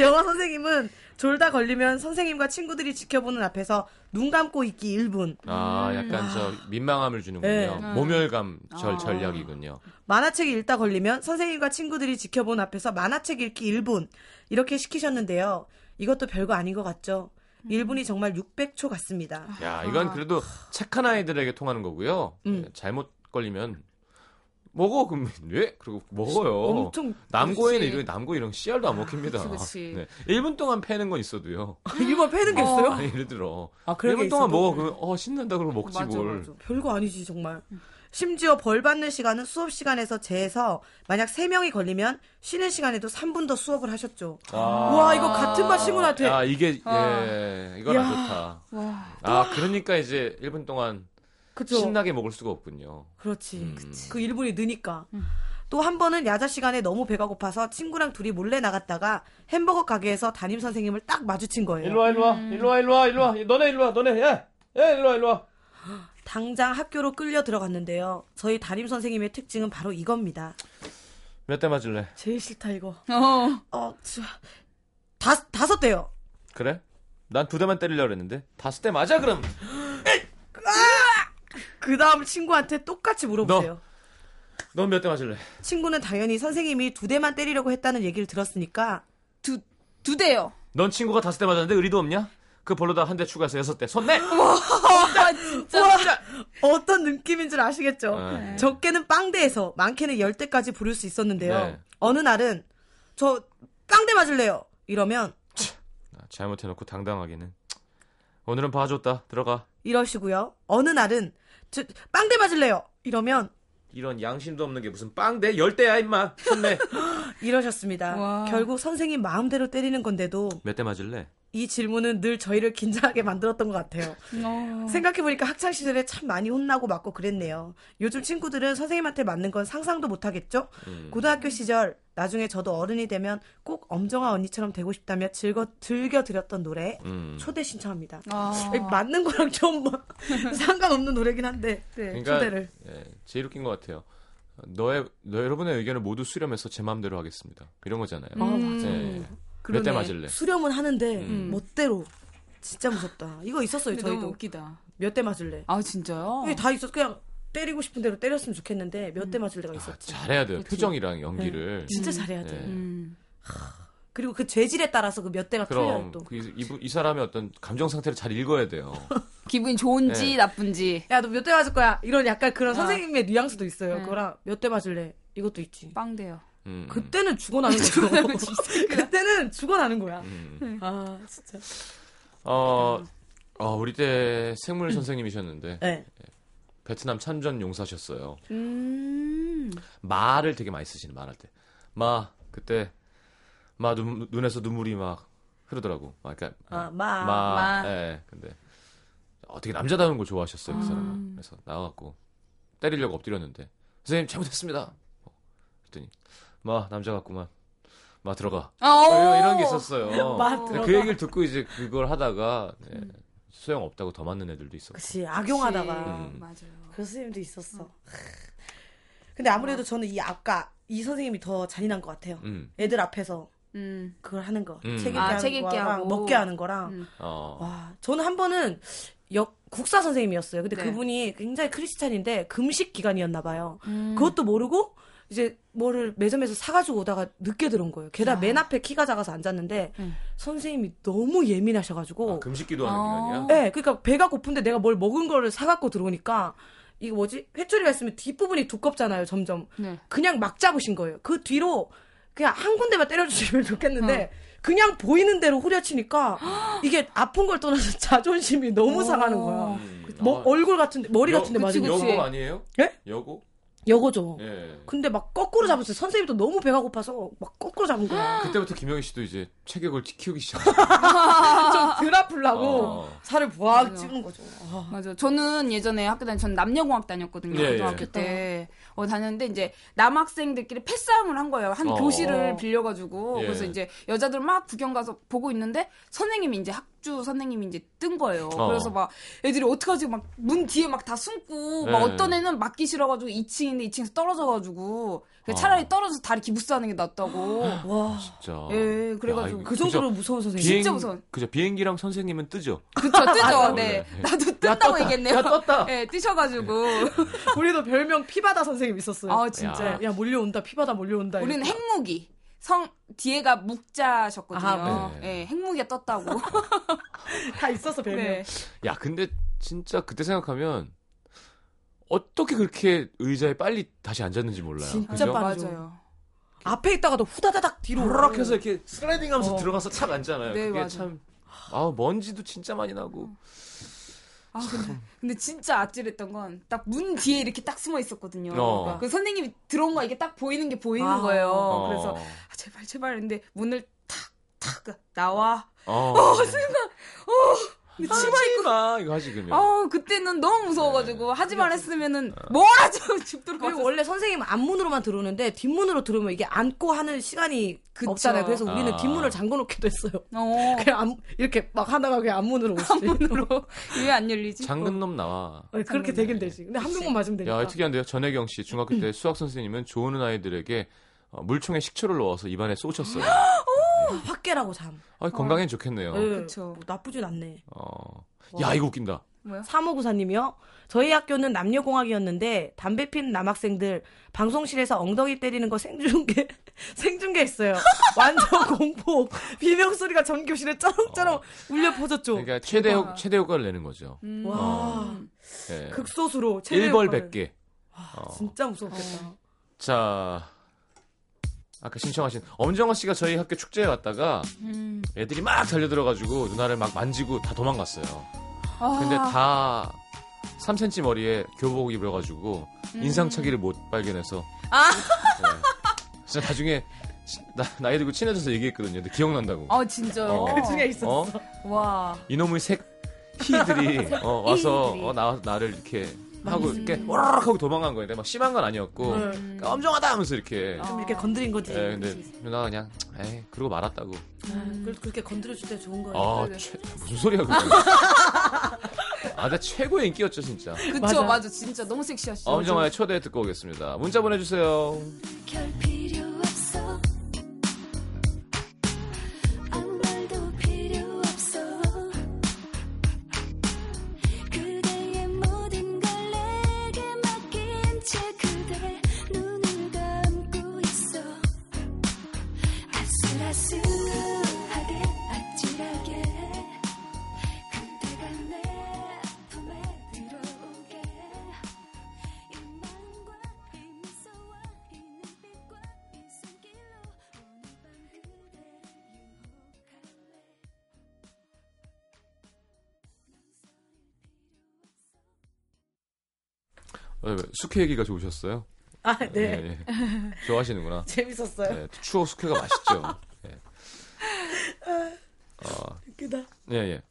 [SPEAKER 9] 영어 선생님은 졸다 걸리면 선생님과 친구들이 지켜보는 앞에서 눈 감고 있기 1분.
[SPEAKER 1] 아, 약간 저 민망함을 주는군요.
[SPEAKER 9] 네.
[SPEAKER 1] 모멸감 절
[SPEAKER 10] 아.
[SPEAKER 1] 전략이군요.
[SPEAKER 9] 만화책 읽다 걸리면 선생님과 친구들이 지켜본 앞에서 만화책 읽기 1분 이렇게 시키셨는데요. 이것도 별거 아닌 것 같죠? 1분이 정말 600초 같습니다.
[SPEAKER 1] 야, 이건 그래도 착한 아이들에게 통하는 거고요.
[SPEAKER 9] 음.
[SPEAKER 1] 예, 잘못 걸리면 먹어 그럼 왜? 그리고 먹어요.
[SPEAKER 9] 엄청
[SPEAKER 1] 남고에는
[SPEAKER 10] 그렇지.
[SPEAKER 1] 이런 남고 이런 씨알도 안 먹힙니다.
[SPEAKER 10] 그치, 그치.
[SPEAKER 1] 네. 1분 동안 패는 건 있어요.
[SPEAKER 9] 1분 패는 게 있어요?
[SPEAKER 1] 아니, 예를 들어.
[SPEAKER 9] 아, 그런 게
[SPEAKER 1] 1분 동안
[SPEAKER 9] 있어도-
[SPEAKER 1] 먹어. 그러면, 어, 신난다. 그러면 먹지
[SPEAKER 10] 맞아,
[SPEAKER 1] 뭘.
[SPEAKER 10] 맞아.
[SPEAKER 9] 별거 아니지 정말. 심지어 벌 받는 시간은 수업 시간에서 재해서 만약 3명이 걸리면 쉬는 시간에도 3분 더 수업을 하셨죠. 와 이거 같은 반 친구한테
[SPEAKER 1] 아, 이게, 예, 이건 안 좋다.
[SPEAKER 10] 와.
[SPEAKER 1] 아, 그러니까 이제 1분 동안
[SPEAKER 9] 그쵸?
[SPEAKER 1] 신나게 먹을 수가 없군요.
[SPEAKER 9] 그렇지.
[SPEAKER 1] 음.
[SPEAKER 9] 그 1분이 느니까. 또 한 번은 야자 시간에 너무 배가 고파서 친구랑 둘이 몰래 나갔다가 햄버거 가게에서 담임 선생님을 딱 마주친 거예요.
[SPEAKER 6] 일로와, 일로와, 일로와, 일로와, 일로와. 너네 일로와, 너네. 야, 야, 일로와, 일로와.
[SPEAKER 9] 당장 학교로 끌려 들어갔는데요. 저희 담임 선생님의 특징은 바로 이겁니다.
[SPEAKER 1] 몇 대 맞을래?
[SPEAKER 9] 제일 싫다 이거.
[SPEAKER 10] 어.
[SPEAKER 9] 어, 저, 다, 다섯 대요.
[SPEAKER 1] 그래? 난 두 대만 때리려고 했는데. 다섯 대 맞아, 그럼!
[SPEAKER 9] 그 다음 친구한테 똑같이 물어보세요.
[SPEAKER 1] 넌 몇 대 맞을래?
[SPEAKER 9] 친구는 당연히 선생님이 두 대만 때리려고 했다는 얘기를 들었으니까
[SPEAKER 10] 두, 두 대요.
[SPEAKER 1] 넌 친구가 다섯 대 맞았는데 의리도 없냐? 그 벌로다 한 대 추가해서 여섯 대. 손내.
[SPEAKER 9] 어,
[SPEAKER 10] 와, 진짜.
[SPEAKER 9] 어떤 느낌인 줄 아시겠죠?
[SPEAKER 1] 네.
[SPEAKER 9] 적게는 빵대에서 많게는 열대까지 부를 수 있었는데요.
[SPEAKER 1] 네.
[SPEAKER 9] 어느 날은 저 빵대 맞을래요. 이러면
[SPEAKER 1] 아, 잘못해놓고 당당하게는. 오늘은 봐줬다. 들어가.
[SPEAKER 9] 이러시고요. 어느 날은 저 빵대 맞을래요. 이러면
[SPEAKER 1] 이런 양심도 없는 게 무슨 빵대 열대야 임마. 손내.
[SPEAKER 9] 이러셨습니다.
[SPEAKER 10] 와.
[SPEAKER 9] 결국 선생님 마음대로 때리는 건데도
[SPEAKER 1] 몇 대 맞을래?
[SPEAKER 9] 이 질문은 늘 저희를 긴장하게 만들었던 것 같아요.
[SPEAKER 10] 어.
[SPEAKER 9] 생각해보니까 학창시절에 참 많이 혼나고 맞고 그랬네요. 요즘 친구들은 선생님한테 맞는 건 상상도 못하겠죠?
[SPEAKER 1] 음.
[SPEAKER 9] 고등학교 시절, 나중에 저도 어른이 되면 꼭 엄정화 언니처럼 되고 싶다며 즐거, 즐겨드렸던 노래,
[SPEAKER 1] 음.
[SPEAKER 9] 초대 신청합니다.
[SPEAKER 10] 아.
[SPEAKER 9] 에, 맞는 거랑 좀 뭐 상관없는 노래긴 한데, 네,
[SPEAKER 1] 그러니까-
[SPEAKER 9] 초대를.
[SPEAKER 1] 예, 제일 웃긴 것 같아요. 너의 너 여러분의 의견을 모두 수렴해서 제 마음대로 하겠습니다. 이런 거잖아요.
[SPEAKER 10] 음.
[SPEAKER 1] 예.
[SPEAKER 10] 그러네.
[SPEAKER 1] 몇 대 맞을래?
[SPEAKER 9] 수렴은 하는데,
[SPEAKER 1] 음.
[SPEAKER 9] 멋대로. 진짜 무섭다. 이거 있었어요,
[SPEAKER 10] 근데 너무
[SPEAKER 9] 저희도.
[SPEAKER 10] 웃기다.
[SPEAKER 9] 몇 대 맞을래?
[SPEAKER 10] 아, 진짜요?
[SPEAKER 9] 이게 다 있었, 그냥 때리고 싶은 대로 때렸으면 좋겠는데, 몇
[SPEAKER 10] 음.
[SPEAKER 9] 대 맞을 때가
[SPEAKER 1] 아,
[SPEAKER 9] 있었지.
[SPEAKER 1] 잘해야 돼요.
[SPEAKER 10] 그치.
[SPEAKER 1] 표정이랑 연기를.
[SPEAKER 9] 진짜 잘해야 돼.
[SPEAKER 1] 네.
[SPEAKER 10] 음.
[SPEAKER 9] 그리고 그 죄질에 따라서 그 몇 대가 틀려요,
[SPEAKER 1] 그럼
[SPEAKER 9] 또.
[SPEAKER 1] 그 이, 이 사람의 어떤 감정 상태를 잘 읽어야 돼요.
[SPEAKER 10] 기분이 좋은지
[SPEAKER 1] 네.
[SPEAKER 10] 나쁜지.
[SPEAKER 9] 야, 너 몇 대 맞을 거야? 이런 약간 그런
[SPEAKER 10] 아.
[SPEAKER 9] 선생님의 뉘앙스도 있어요.
[SPEAKER 10] 네.
[SPEAKER 9] 그거랑 몇 대 맞을래? 이것도 있지.
[SPEAKER 10] 빵대요.
[SPEAKER 1] 음,
[SPEAKER 9] 그때는 죽어나는 거죠. 그때는 죽어나는 거야.
[SPEAKER 1] 음.
[SPEAKER 9] 아, 진짜. 음.
[SPEAKER 1] 어, 어, 우리 때 생물 선생님이셨는데
[SPEAKER 9] 네.
[SPEAKER 1] 베트남 참전 용사셨어요.
[SPEAKER 10] 음.
[SPEAKER 1] 말을 되게 많이 쓰시는 말할 때. 마 그때 마 눈, 눈에서 눈물이 막 흐르더라고. 막 그러니까
[SPEAKER 9] 아, 마.
[SPEAKER 1] 마.
[SPEAKER 10] 마.
[SPEAKER 1] 예. 근데 어, 되게 남자다운 걸 좋아하셨어요, 그 사람은. 그래서 나와갖고 때리려고 엎드렸는데 선생님 잘못했습니다. 어, 그랬더니 마 남자 같구만. 마 들어가.
[SPEAKER 10] 아,
[SPEAKER 1] 어, 이런,
[SPEAKER 10] 오.
[SPEAKER 1] 이런 게 있었어요.
[SPEAKER 9] 마
[SPEAKER 1] 근데
[SPEAKER 9] 들어가. 음.
[SPEAKER 1] 그 얘기를 듣고 이제 그걸 하다가 네, 소용 없다고 더 맞는 애들도 있었고.
[SPEAKER 9] 그치,
[SPEAKER 10] 그치.
[SPEAKER 9] 악용하다가.
[SPEAKER 1] 음.
[SPEAKER 10] 맞아요.
[SPEAKER 9] 그 선생님도 있었어. 크. 근데 아무래도 저는 이 아까 이 선생님이 더 잔인한 것 같아요.
[SPEAKER 1] 음.
[SPEAKER 9] 애들 앞에서
[SPEAKER 10] 음.
[SPEAKER 9] 그걸 하는 거.
[SPEAKER 1] 음.
[SPEAKER 9] 책 읽게
[SPEAKER 1] 아,
[SPEAKER 9] 하는
[SPEAKER 10] 책 읽게
[SPEAKER 9] 거랑
[SPEAKER 10] 하고.
[SPEAKER 9] 먹게 하는 거랑.
[SPEAKER 10] 음.
[SPEAKER 1] 어.
[SPEAKER 9] 와, 저는 한 번은 역 국사 선생님이었어요. 근데
[SPEAKER 10] 네.
[SPEAKER 9] 그분이 굉장히 크리스찬인데 금식 기간이었나 봐요.
[SPEAKER 10] 음.
[SPEAKER 9] 그것도 모르고 이제 뭐를 매점에서 사가지고 오다가 늦게 들은 거예요. 게다가 맨 앞에 키가 작아서 앉았는데
[SPEAKER 10] 음.
[SPEAKER 9] 선생님이 너무 예민하셔가지고,
[SPEAKER 1] 아, 금식기도 하는
[SPEAKER 10] 어.
[SPEAKER 1] 기간이야.
[SPEAKER 9] 네, 그러니까 배가 고픈데 내가 뭘 먹은 거를 사갖고 들어오니까 이거 뭐지 회초리가 있으면 뒷부분이 두껍잖아요. 점점
[SPEAKER 10] 네.
[SPEAKER 9] 그냥 막 잡으신 거예요. 그 뒤로 그냥 한 군데만 때려주시면
[SPEAKER 10] 어.
[SPEAKER 9] 좋겠는데 그냥 보이는 대로 후려치니까 이게 아픈 걸 떠나서 자존심이 너무
[SPEAKER 10] 오.
[SPEAKER 9] 상하는 거야.
[SPEAKER 1] 음.
[SPEAKER 9] 뭐,
[SPEAKER 1] 아,
[SPEAKER 9] 얼굴 같은데 머리
[SPEAKER 1] 여-
[SPEAKER 9] 같은데
[SPEAKER 10] 그치,
[SPEAKER 9] 맞은 거.
[SPEAKER 10] 그치.
[SPEAKER 1] 여고 아니에요?
[SPEAKER 9] 예? 어. 그
[SPEAKER 1] 여고?
[SPEAKER 9] 여거죠.
[SPEAKER 1] 예.
[SPEAKER 9] 근데 막 거꾸로 잡았어요. 선생님이 또 너무 배가 고파서 막 거꾸로 잡은 거야.
[SPEAKER 1] 그때부터 김영희 씨도 이제 체격을 키우기 시작했고.
[SPEAKER 9] 좀 드라플라고
[SPEAKER 1] 어.
[SPEAKER 9] 살을 부악 찌는 거죠. 아.
[SPEAKER 10] 맞아. 저는 예전에 학교 다니, 전 남녀공학 다녔거든요.
[SPEAKER 1] 예,
[SPEAKER 10] 고등학교
[SPEAKER 1] 예.
[SPEAKER 10] 때. 어, 다녔는데 이제 남학생들끼리 패싸움을 한 거예요. 한
[SPEAKER 1] 어.
[SPEAKER 10] 교실을 빌려가지고.
[SPEAKER 1] 예.
[SPEAKER 10] 그래서 이제 여자들 막 구경 가서 보고 있는데 선생님이 이제 학주 선생님이 이제 뜬 거예요.
[SPEAKER 1] 어.
[SPEAKER 10] 그래서 막 애들이 어떡하지 막 문 뒤에 막 다 숨고 막
[SPEAKER 1] 예.
[SPEAKER 10] 어떤 애는 맞기 싫어가지고 2층인데 2층에서 떨어져가지고 그래서
[SPEAKER 1] 어.
[SPEAKER 10] 차라리 떨어져서 다리 기부스하는 게 낫다고.
[SPEAKER 9] 와,
[SPEAKER 1] 진짜.
[SPEAKER 10] 예, 그래가지고
[SPEAKER 1] 이거
[SPEAKER 9] 그 정도로 무서운 선생님.
[SPEAKER 1] 비행,
[SPEAKER 10] 진짜 무서워.
[SPEAKER 1] 그죠 비행기랑 선생님은 뜨죠.
[SPEAKER 10] 그쵸, 뜨죠.
[SPEAKER 1] 맞아요.
[SPEAKER 10] 네.
[SPEAKER 1] 네.
[SPEAKER 10] 나도 뜬다고 얘기했네요.
[SPEAKER 1] 떴다.
[SPEAKER 10] 예, 뛰셔가지고.
[SPEAKER 9] 우리도 별명 피바다 선생님 있었어요.
[SPEAKER 10] 아, 진짜.
[SPEAKER 1] 야.
[SPEAKER 9] 야, 몰려온다. 피바다 몰려온다.
[SPEAKER 10] 우리는
[SPEAKER 9] 이렇게.
[SPEAKER 10] 핵무기. 성 뒤에가 묵자셨거든요.
[SPEAKER 9] 아,
[SPEAKER 1] 네.
[SPEAKER 10] 예, 핵무기가 떴다고.
[SPEAKER 9] 다 있었어 별명.
[SPEAKER 10] 네.
[SPEAKER 1] 야, 근데 진짜 그때 생각하면 어떻게 그렇게 의자에 빨리 다시 앉았는지 몰라요.
[SPEAKER 9] 진짜
[SPEAKER 1] 그죠?
[SPEAKER 9] 빨리
[SPEAKER 10] 네. 맞아요.
[SPEAKER 9] 앞에 있다가도 후다다닥 뒤로
[SPEAKER 1] 호락 해서 이렇게 슬라이딩하면서
[SPEAKER 9] 어.
[SPEAKER 1] 들어가서 착 앉잖아요.
[SPEAKER 10] 네,
[SPEAKER 1] 그게
[SPEAKER 10] 맞아요.
[SPEAKER 1] 참. 아, 먼지도 진짜 많이 나고.
[SPEAKER 10] 아 근데, 근데 진짜 아찔했던 건 딱 문 뒤에 이렇게 딱 숨어 있었거든요.
[SPEAKER 1] 어.
[SPEAKER 10] 그 선생님이 들어온 거 이게 딱 보이는 게 보이는
[SPEAKER 9] 아.
[SPEAKER 10] 거예요.
[SPEAKER 1] 어.
[SPEAKER 10] 그래서 아, 제발 제발 근데 문을 탁 탁 나와.
[SPEAKER 1] 어.
[SPEAKER 10] 근데 치마 입고
[SPEAKER 1] 하지 마. 이거 하지 그러면.
[SPEAKER 10] 아 그때는 너무 무서워가지고 하지만 했으면은 뭐라도 죽도록
[SPEAKER 9] 그리고
[SPEAKER 10] 맞았어요.
[SPEAKER 9] 원래 선생님 앞문으로만 들어오는데 뒷문으로 들어오면 이게 안고 하는 시간이
[SPEAKER 10] 그쵸.
[SPEAKER 9] 없잖아요. 그래서 우리는
[SPEAKER 1] 아.
[SPEAKER 9] 뒷문을 잠궈놓기도 했어요.
[SPEAKER 10] 어,
[SPEAKER 9] 그냥 앞- 이렇게 막 하다가 그냥 앞문으로 오시지.
[SPEAKER 10] 문으로 왜 안 열리지?
[SPEAKER 1] 장근놈 나와.
[SPEAKER 9] 네, 그렇게 되긴 되지. 근데 한 명만 맞으면 되니까.
[SPEAKER 1] 야, 특이한데요. 전혜경 씨 중학교 때 수학 선생님은 좋은 아이들에게 어, 물총에 식초를 넣어서 입안에 쏘셨어요.
[SPEAKER 9] 확 깨라고 잠.
[SPEAKER 1] 아, 건강엔 좋겠네요.
[SPEAKER 9] 예,
[SPEAKER 10] 그쵸.
[SPEAKER 9] 뭐 나쁘진 않네.
[SPEAKER 1] 어. 야, 이거 웃긴다.
[SPEAKER 9] 사모구사님이요. 저희 학교는 남녀공학이었는데 담배 피는 남학생들 방송실에서 엉덩이 때리는 거 생중계 생중계했어요. 완전 공포. 비명 소리가 전 교실에 짜렁짜렁 울려 퍼졌죠.
[SPEAKER 1] 어. 그러니까 최대 효, 최대 효과를 내는 거죠.
[SPEAKER 9] 와.
[SPEAKER 1] 예.
[SPEAKER 9] 극소수로 그 최대
[SPEAKER 1] 일벌
[SPEAKER 9] 효과를.
[SPEAKER 1] 100개. 어.
[SPEAKER 9] 진짜 무섭겠다.
[SPEAKER 1] 자, 아까 신청하신 엄정화 씨가 저희 학교 축제에 왔다가
[SPEAKER 10] 음.
[SPEAKER 1] 애들이 막 달려들어가지고 누나를 막 만지고 다 도망갔어요.
[SPEAKER 10] 아.
[SPEAKER 1] 근데 다 3cm 머리에 교복 입어가지고
[SPEAKER 10] 음.
[SPEAKER 1] 인상착의를 못 발견해서 네.
[SPEAKER 10] 아.
[SPEAKER 1] 그래서 나중에 치- 나, 이 들고 친해져서 얘기했거든요. 근데 기억난다고.
[SPEAKER 10] 아 진짜요?
[SPEAKER 9] 그
[SPEAKER 1] 어. 어?
[SPEAKER 10] 와.
[SPEAKER 1] 이놈의 색 희들이
[SPEAKER 10] 색
[SPEAKER 1] 어, 와서
[SPEAKER 10] 희들이.
[SPEAKER 1] 어, 나, 나를 이렇게 하고
[SPEAKER 10] 음.
[SPEAKER 1] 이렇게 오라락 하고 도망간 거예요. 근데 막 심한 건 아니었고
[SPEAKER 9] 음.
[SPEAKER 1] 그러니까 엄정하다 하면서 이렇게
[SPEAKER 9] 좀 이렇게 건드린 거지.
[SPEAKER 1] 예, 근데 누나가 그냥 에이 그러고 말았다고.
[SPEAKER 9] 음. 그걸 그렇게 건드려줄 때 좋은 거예요.
[SPEAKER 1] 아 최- 무슨 소리야 그거. 아, 나 최고의 인기였죠 진짜.
[SPEAKER 10] 그쵸
[SPEAKER 1] 맞아. 네.
[SPEAKER 10] 맞아. 진짜 너무 섹시하시죠.
[SPEAKER 1] 어, 엄정화의 초대 듣고 오겠습니다. 문자 보내주세요. 어,
[SPEAKER 11] 별 필요 없어 아무 말도 필요 없어 그대의 모든 걸 내게 맡긴 채 그대 눈을 감고 있어 아슬아슬하게 아찔하게 그대가 내 품에 들어오게 욕망과 미소와 이 눈빛과 이 손길로 오늘 밤 그대 유혹할래
[SPEAKER 1] 어, 숙회 얘기가 좋으셨어요?
[SPEAKER 9] 아, 네.
[SPEAKER 1] 예, 예. 좋아하시는구나.
[SPEAKER 9] 재밌었어요.
[SPEAKER 1] 예, 추억 숙회가 맛있죠. 예. 어,
[SPEAKER 9] 웃기다.
[SPEAKER 1] 예, 예.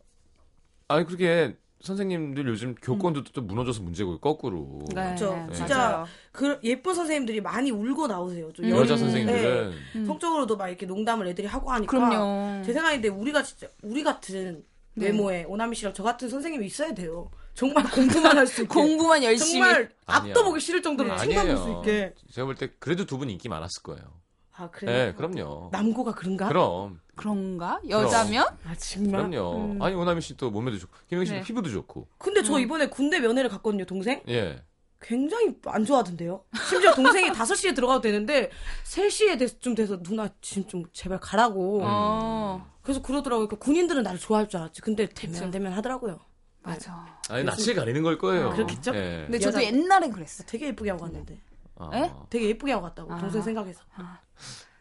[SPEAKER 1] 아니, 그렇게 선생님들 요즘 교권도 또 무너져서 문제고, 거꾸로.
[SPEAKER 10] 네.
[SPEAKER 9] 그렇죠.
[SPEAKER 1] 예.
[SPEAKER 9] 진짜 그 예쁜 선생님들이 많이 울고 나오세요. 좀
[SPEAKER 1] 음. 여자 선생님들은. 음.
[SPEAKER 9] 네. 성적으로도 막 이렇게 농담을 애들이 하고 하니까.
[SPEAKER 10] 그러니까 그럼요.
[SPEAKER 9] 제 생각인데 우리가 진짜 우리 같은
[SPEAKER 10] 음. 네.
[SPEAKER 9] 외모에 오나미 씨랑 저 같은 선생님이 있어야 돼요. 정말 공부만 할 수 있게.
[SPEAKER 10] 공부만 열심히. 네.
[SPEAKER 9] 정말
[SPEAKER 1] 아니야.
[SPEAKER 9] 앞도 보기 싫을 정도로
[SPEAKER 1] 아니에요.
[SPEAKER 9] 칭찬 받을 수 있게.
[SPEAKER 1] 제가 볼 때 그래도 두 분 인기 많았을 거예요.
[SPEAKER 9] 아 그래요.
[SPEAKER 1] 네, 그럼요.
[SPEAKER 9] 남고가 그런가?
[SPEAKER 1] 그럼.
[SPEAKER 10] 그런가?
[SPEAKER 1] 여자면?
[SPEAKER 9] 아 정말.
[SPEAKER 1] 그럼요. 아니 오나미 씨 또 몸매도 좋고 김영 씨
[SPEAKER 9] 음. 네.
[SPEAKER 1] 도 피부도 좋고.
[SPEAKER 9] 근데
[SPEAKER 10] 음.
[SPEAKER 9] 저 이번에 군대 면회를 갔거든요, 동생.
[SPEAKER 1] 예.
[SPEAKER 9] 굉장히 안 좋아하던데요. 심지어 동생이 5시에 들어가도 되는데 3시에 돼서 좀 돼서 누나 지금 좀 제발 가라고.
[SPEAKER 1] 음.
[SPEAKER 10] 어.
[SPEAKER 9] 그래서 그러더라고요. 그러니까 군인들은 나를 좋아할 줄 알았지. 근데 되면 안 되면 하더라고요.
[SPEAKER 10] 맞아.
[SPEAKER 1] 아니 낯을 가리는 걸 거예요.
[SPEAKER 9] 아, 그렇겠죠? 네.
[SPEAKER 1] 예.
[SPEAKER 10] 근데 저도 옛날엔 그랬어.
[SPEAKER 9] 되게 예쁘게 하고 갔는데.
[SPEAKER 1] 아,
[SPEAKER 9] 예? 되게 예쁘게 하고
[SPEAKER 10] 아.
[SPEAKER 9] 갔다고. 동생 생각해서.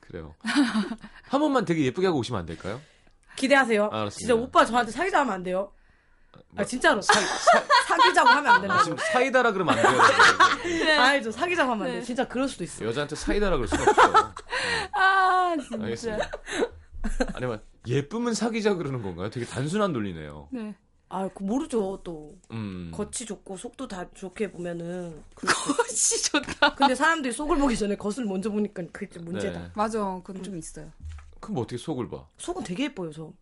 [SPEAKER 1] 그래요. 한 번만 되게 예쁘게 하고 오시면 안 될까요?
[SPEAKER 9] 기대하세요.
[SPEAKER 1] 아, 알았습니다. 뭐?
[SPEAKER 9] 진짜 오빠 저한테 사귀자 하면 안 돼요. 아 진짜로 사, 귀자고 하면 안
[SPEAKER 1] 아, 네.
[SPEAKER 9] 된다.
[SPEAKER 1] 지금 사이다라 그러면 안 돼요.
[SPEAKER 9] 알죠. 사귀자고 하면 안 돼. 진짜 그럴 수도 있어.
[SPEAKER 1] 여자한테 사이다라 그럴 수는 없죠.
[SPEAKER 10] 아
[SPEAKER 1] 알겠습니다. 아니면 예쁘면 사귀자 그러는 건가요? 되게 단순한 논리네요.
[SPEAKER 10] 네.
[SPEAKER 9] 아, 그 모르죠 또.
[SPEAKER 1] 음.
[SPEAKER 9] 겉이 좋고 속도 다 좋게 보면은
[SPEAKER 10] 어,
[SPEAKER 9] 겉이 좋다. 근데 사람들이 속을 보기 전에 겉을 먼저 보니까 그게 좀 문제다.
[SPEAKER 1] 네.
[SPEAKER 10] 맞아. 그건 좀 있어요.
[SPEAKER 1] 그럼 어떻게 속을 봐?
[SPEAKER 9] 속은 되게 예뻐요,
[SPEAKER 1] 뭐?
[SPEAKER 9] 저.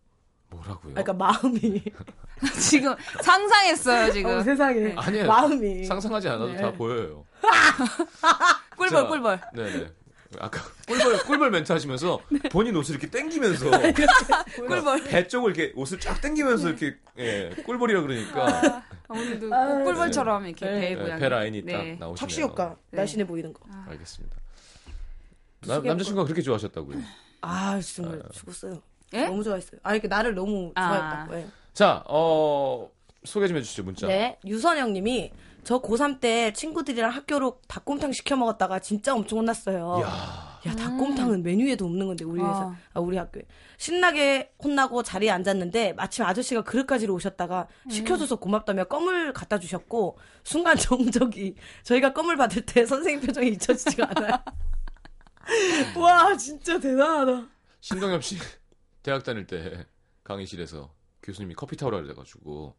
[SPEAKER 1] 뭐라고요?
[SPEAKER 9] 아, 그러니까 마음이
[SPEAKER 10] 지금 상상했어요 지금.
[SPEAKER 9] 어, 세상에.
[SPEAKER 1] 네. 아니에요.
[SPEAKER 9] 마음이.
[SPEAKER 1] 상상하지 않아도
[SPEAKER 10] 네.
[SPEAKER 1] 다 보여요.
[SPEAKER 10] 꿀벌 꿀벌.
[SPEAKER 1] 네네. 아까 꿀벌 꿀벌 멘트 하시면서 본인 옷을 이렇게 당기면서 그러니까
[SPEAKER 10] 꿀벌.
[SPEAKER 1] 배 쪽을 이렇게 옷을 쫙 당기면서 이렇게 예, 꿀벌이라 그러니까
[SPEAKER 10] 오늘도
[SPEAKER 9] 아,
[SPEAKER 10] 꿀벌처럼 이렇게 배
[SPEAKER 1] 네,
[SPEAKER 10] 모양.
[SPEAKER 1] 배 라인이 딱 나오시네요. 아.
[SPEAKER 9] 착시 효과. 날씬해 보이는 거.
[SPEAKER 1] 알겠습니다. 남, 남자친구가 그렇게 좋아하셨다고요.
[SPEAKER 9] 아, 정말 죽었어요. 너무 좋아했어요. 아, 그러니까 나를 너무
[SPEAKER 1] 아.
[SPEAKER 9] 좋아했다고. 예.
[SPEAKER 1] 자, 어 소개 좀 해주시죠 문자.
[SPEAKER 9] 네, 유선영 님이 저 고3 때 친구들이랑 학교로 닭곰탕 시켜 먹었다가 진짜 엄청 혼났어요. 야, 닭곰탕은 메뉴에도 없는 건데 우리 회사,
[SPEAKER 10] 아.
[SPEAKER 9] 아, 우리 학교에 신나게 혼나고 자리에 앉았는데 마침 아저씨가 그릇까지로 오셨다가 시켜줘서 고맙다며 껌을 갖다 주셨고 순간 정적이 저희가 껌을 받을 때 선생님 표정이 잊혀지지가 않아요. 와, 진짜 대단하다.
[SPEAKER 1] 신동엽 씨 대학 다닐 때 강의실에서 교수님이 커피 타오라 그래가지고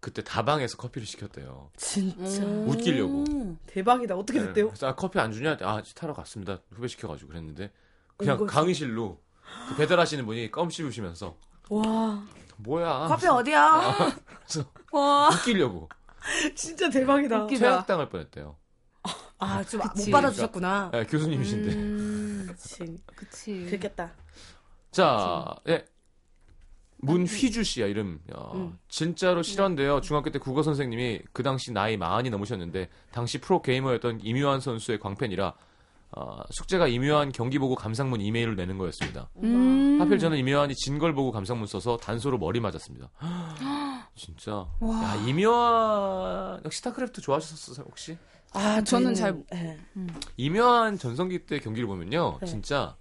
[SPEAKER 1] 그때 다방에서 커피를 시켰대요.
[SPEAKER 9] 진짜
[SPEAKER 1] 웃기려고.
[SPEAKER 10] 음.
[SPEAKER 9] 대박이다. 음, 어떻게
[SPEAKER 1] 네,
[SPEAKER 9] 됐대요?
[SPEAKER 1] 그래서 아, 커피 안 주냐? 아 타러 갔습니다. 후배 시켜가지고 그랬는데 그냥
[SPEAKER 9] 온 거지.
[SPEAKER 1] 강의실로 그 배달하시는 분이 껌 씹으시면서
[SPEAKER 9] 와.
[SPEAKER 1] 뭐야?
[SPEAKER 9] 커피 어디야?
[SPEAKER 1] 아, 그래서
[SPEAKER 9] 와.
[SPEAKER 1] 웃기려고
[SPEAKER 9] 진짜 대박이다.
[SPEAKER 1] 퇴학당할 뻔했대요.
[SPEAKER 9] 아, 좀 못
[SPEAKER 1] 그치.
[SPEAKER 9] 받아주셨구나.
[SPEAKER 1] 네, 교수님이신데.
[SPEAKER 9] 그치.
[SPEAKER 10] 음, 그치.
[SPEAKER 9] 그랬겠다.
[SPEAKER 1] 자,
[SPEAKER 10] 그렇죠.
[SPEAKER 1] 예.
[SPEAKER 10] 음.
[SPEAKER 1] 문휘주 씨야 이름. 어,
[SPEAKER 9] 음.
[SPEAKER 1] 진짜로
[SPEAKER 10] 네.
[SPEAKER 1] 실화인데요. 중학교 때 국어 선생님이 그 당시 나이 마흔이 넘으셨는데 당시 프로 게이머였던 임요한 선수의 광팬이라 어, 숙제가 임요한 경기 보고 감상문 이메일을 내는 거였습니다.
[SPEAKER 10] 음.
[SPEAKER 1] 하필 저는 임요한이 진 걸 보고 감상문 써서 단소로 머리 맞았습니다. 진짜.
[SPEAKER 10] 와.
[SPEAKER 1] 야, 임요한 혹시 스타크래프트 좋아하셨었어요 혹시?
[SPEAKER 10] 아, 저는 잘
[SPEAKER 9] 네.
[SPEAKER 1] 임요한 전성기 때 경기를 보면요,
[SPEAKER 10] 네.
[SPEAKER 1] 진짜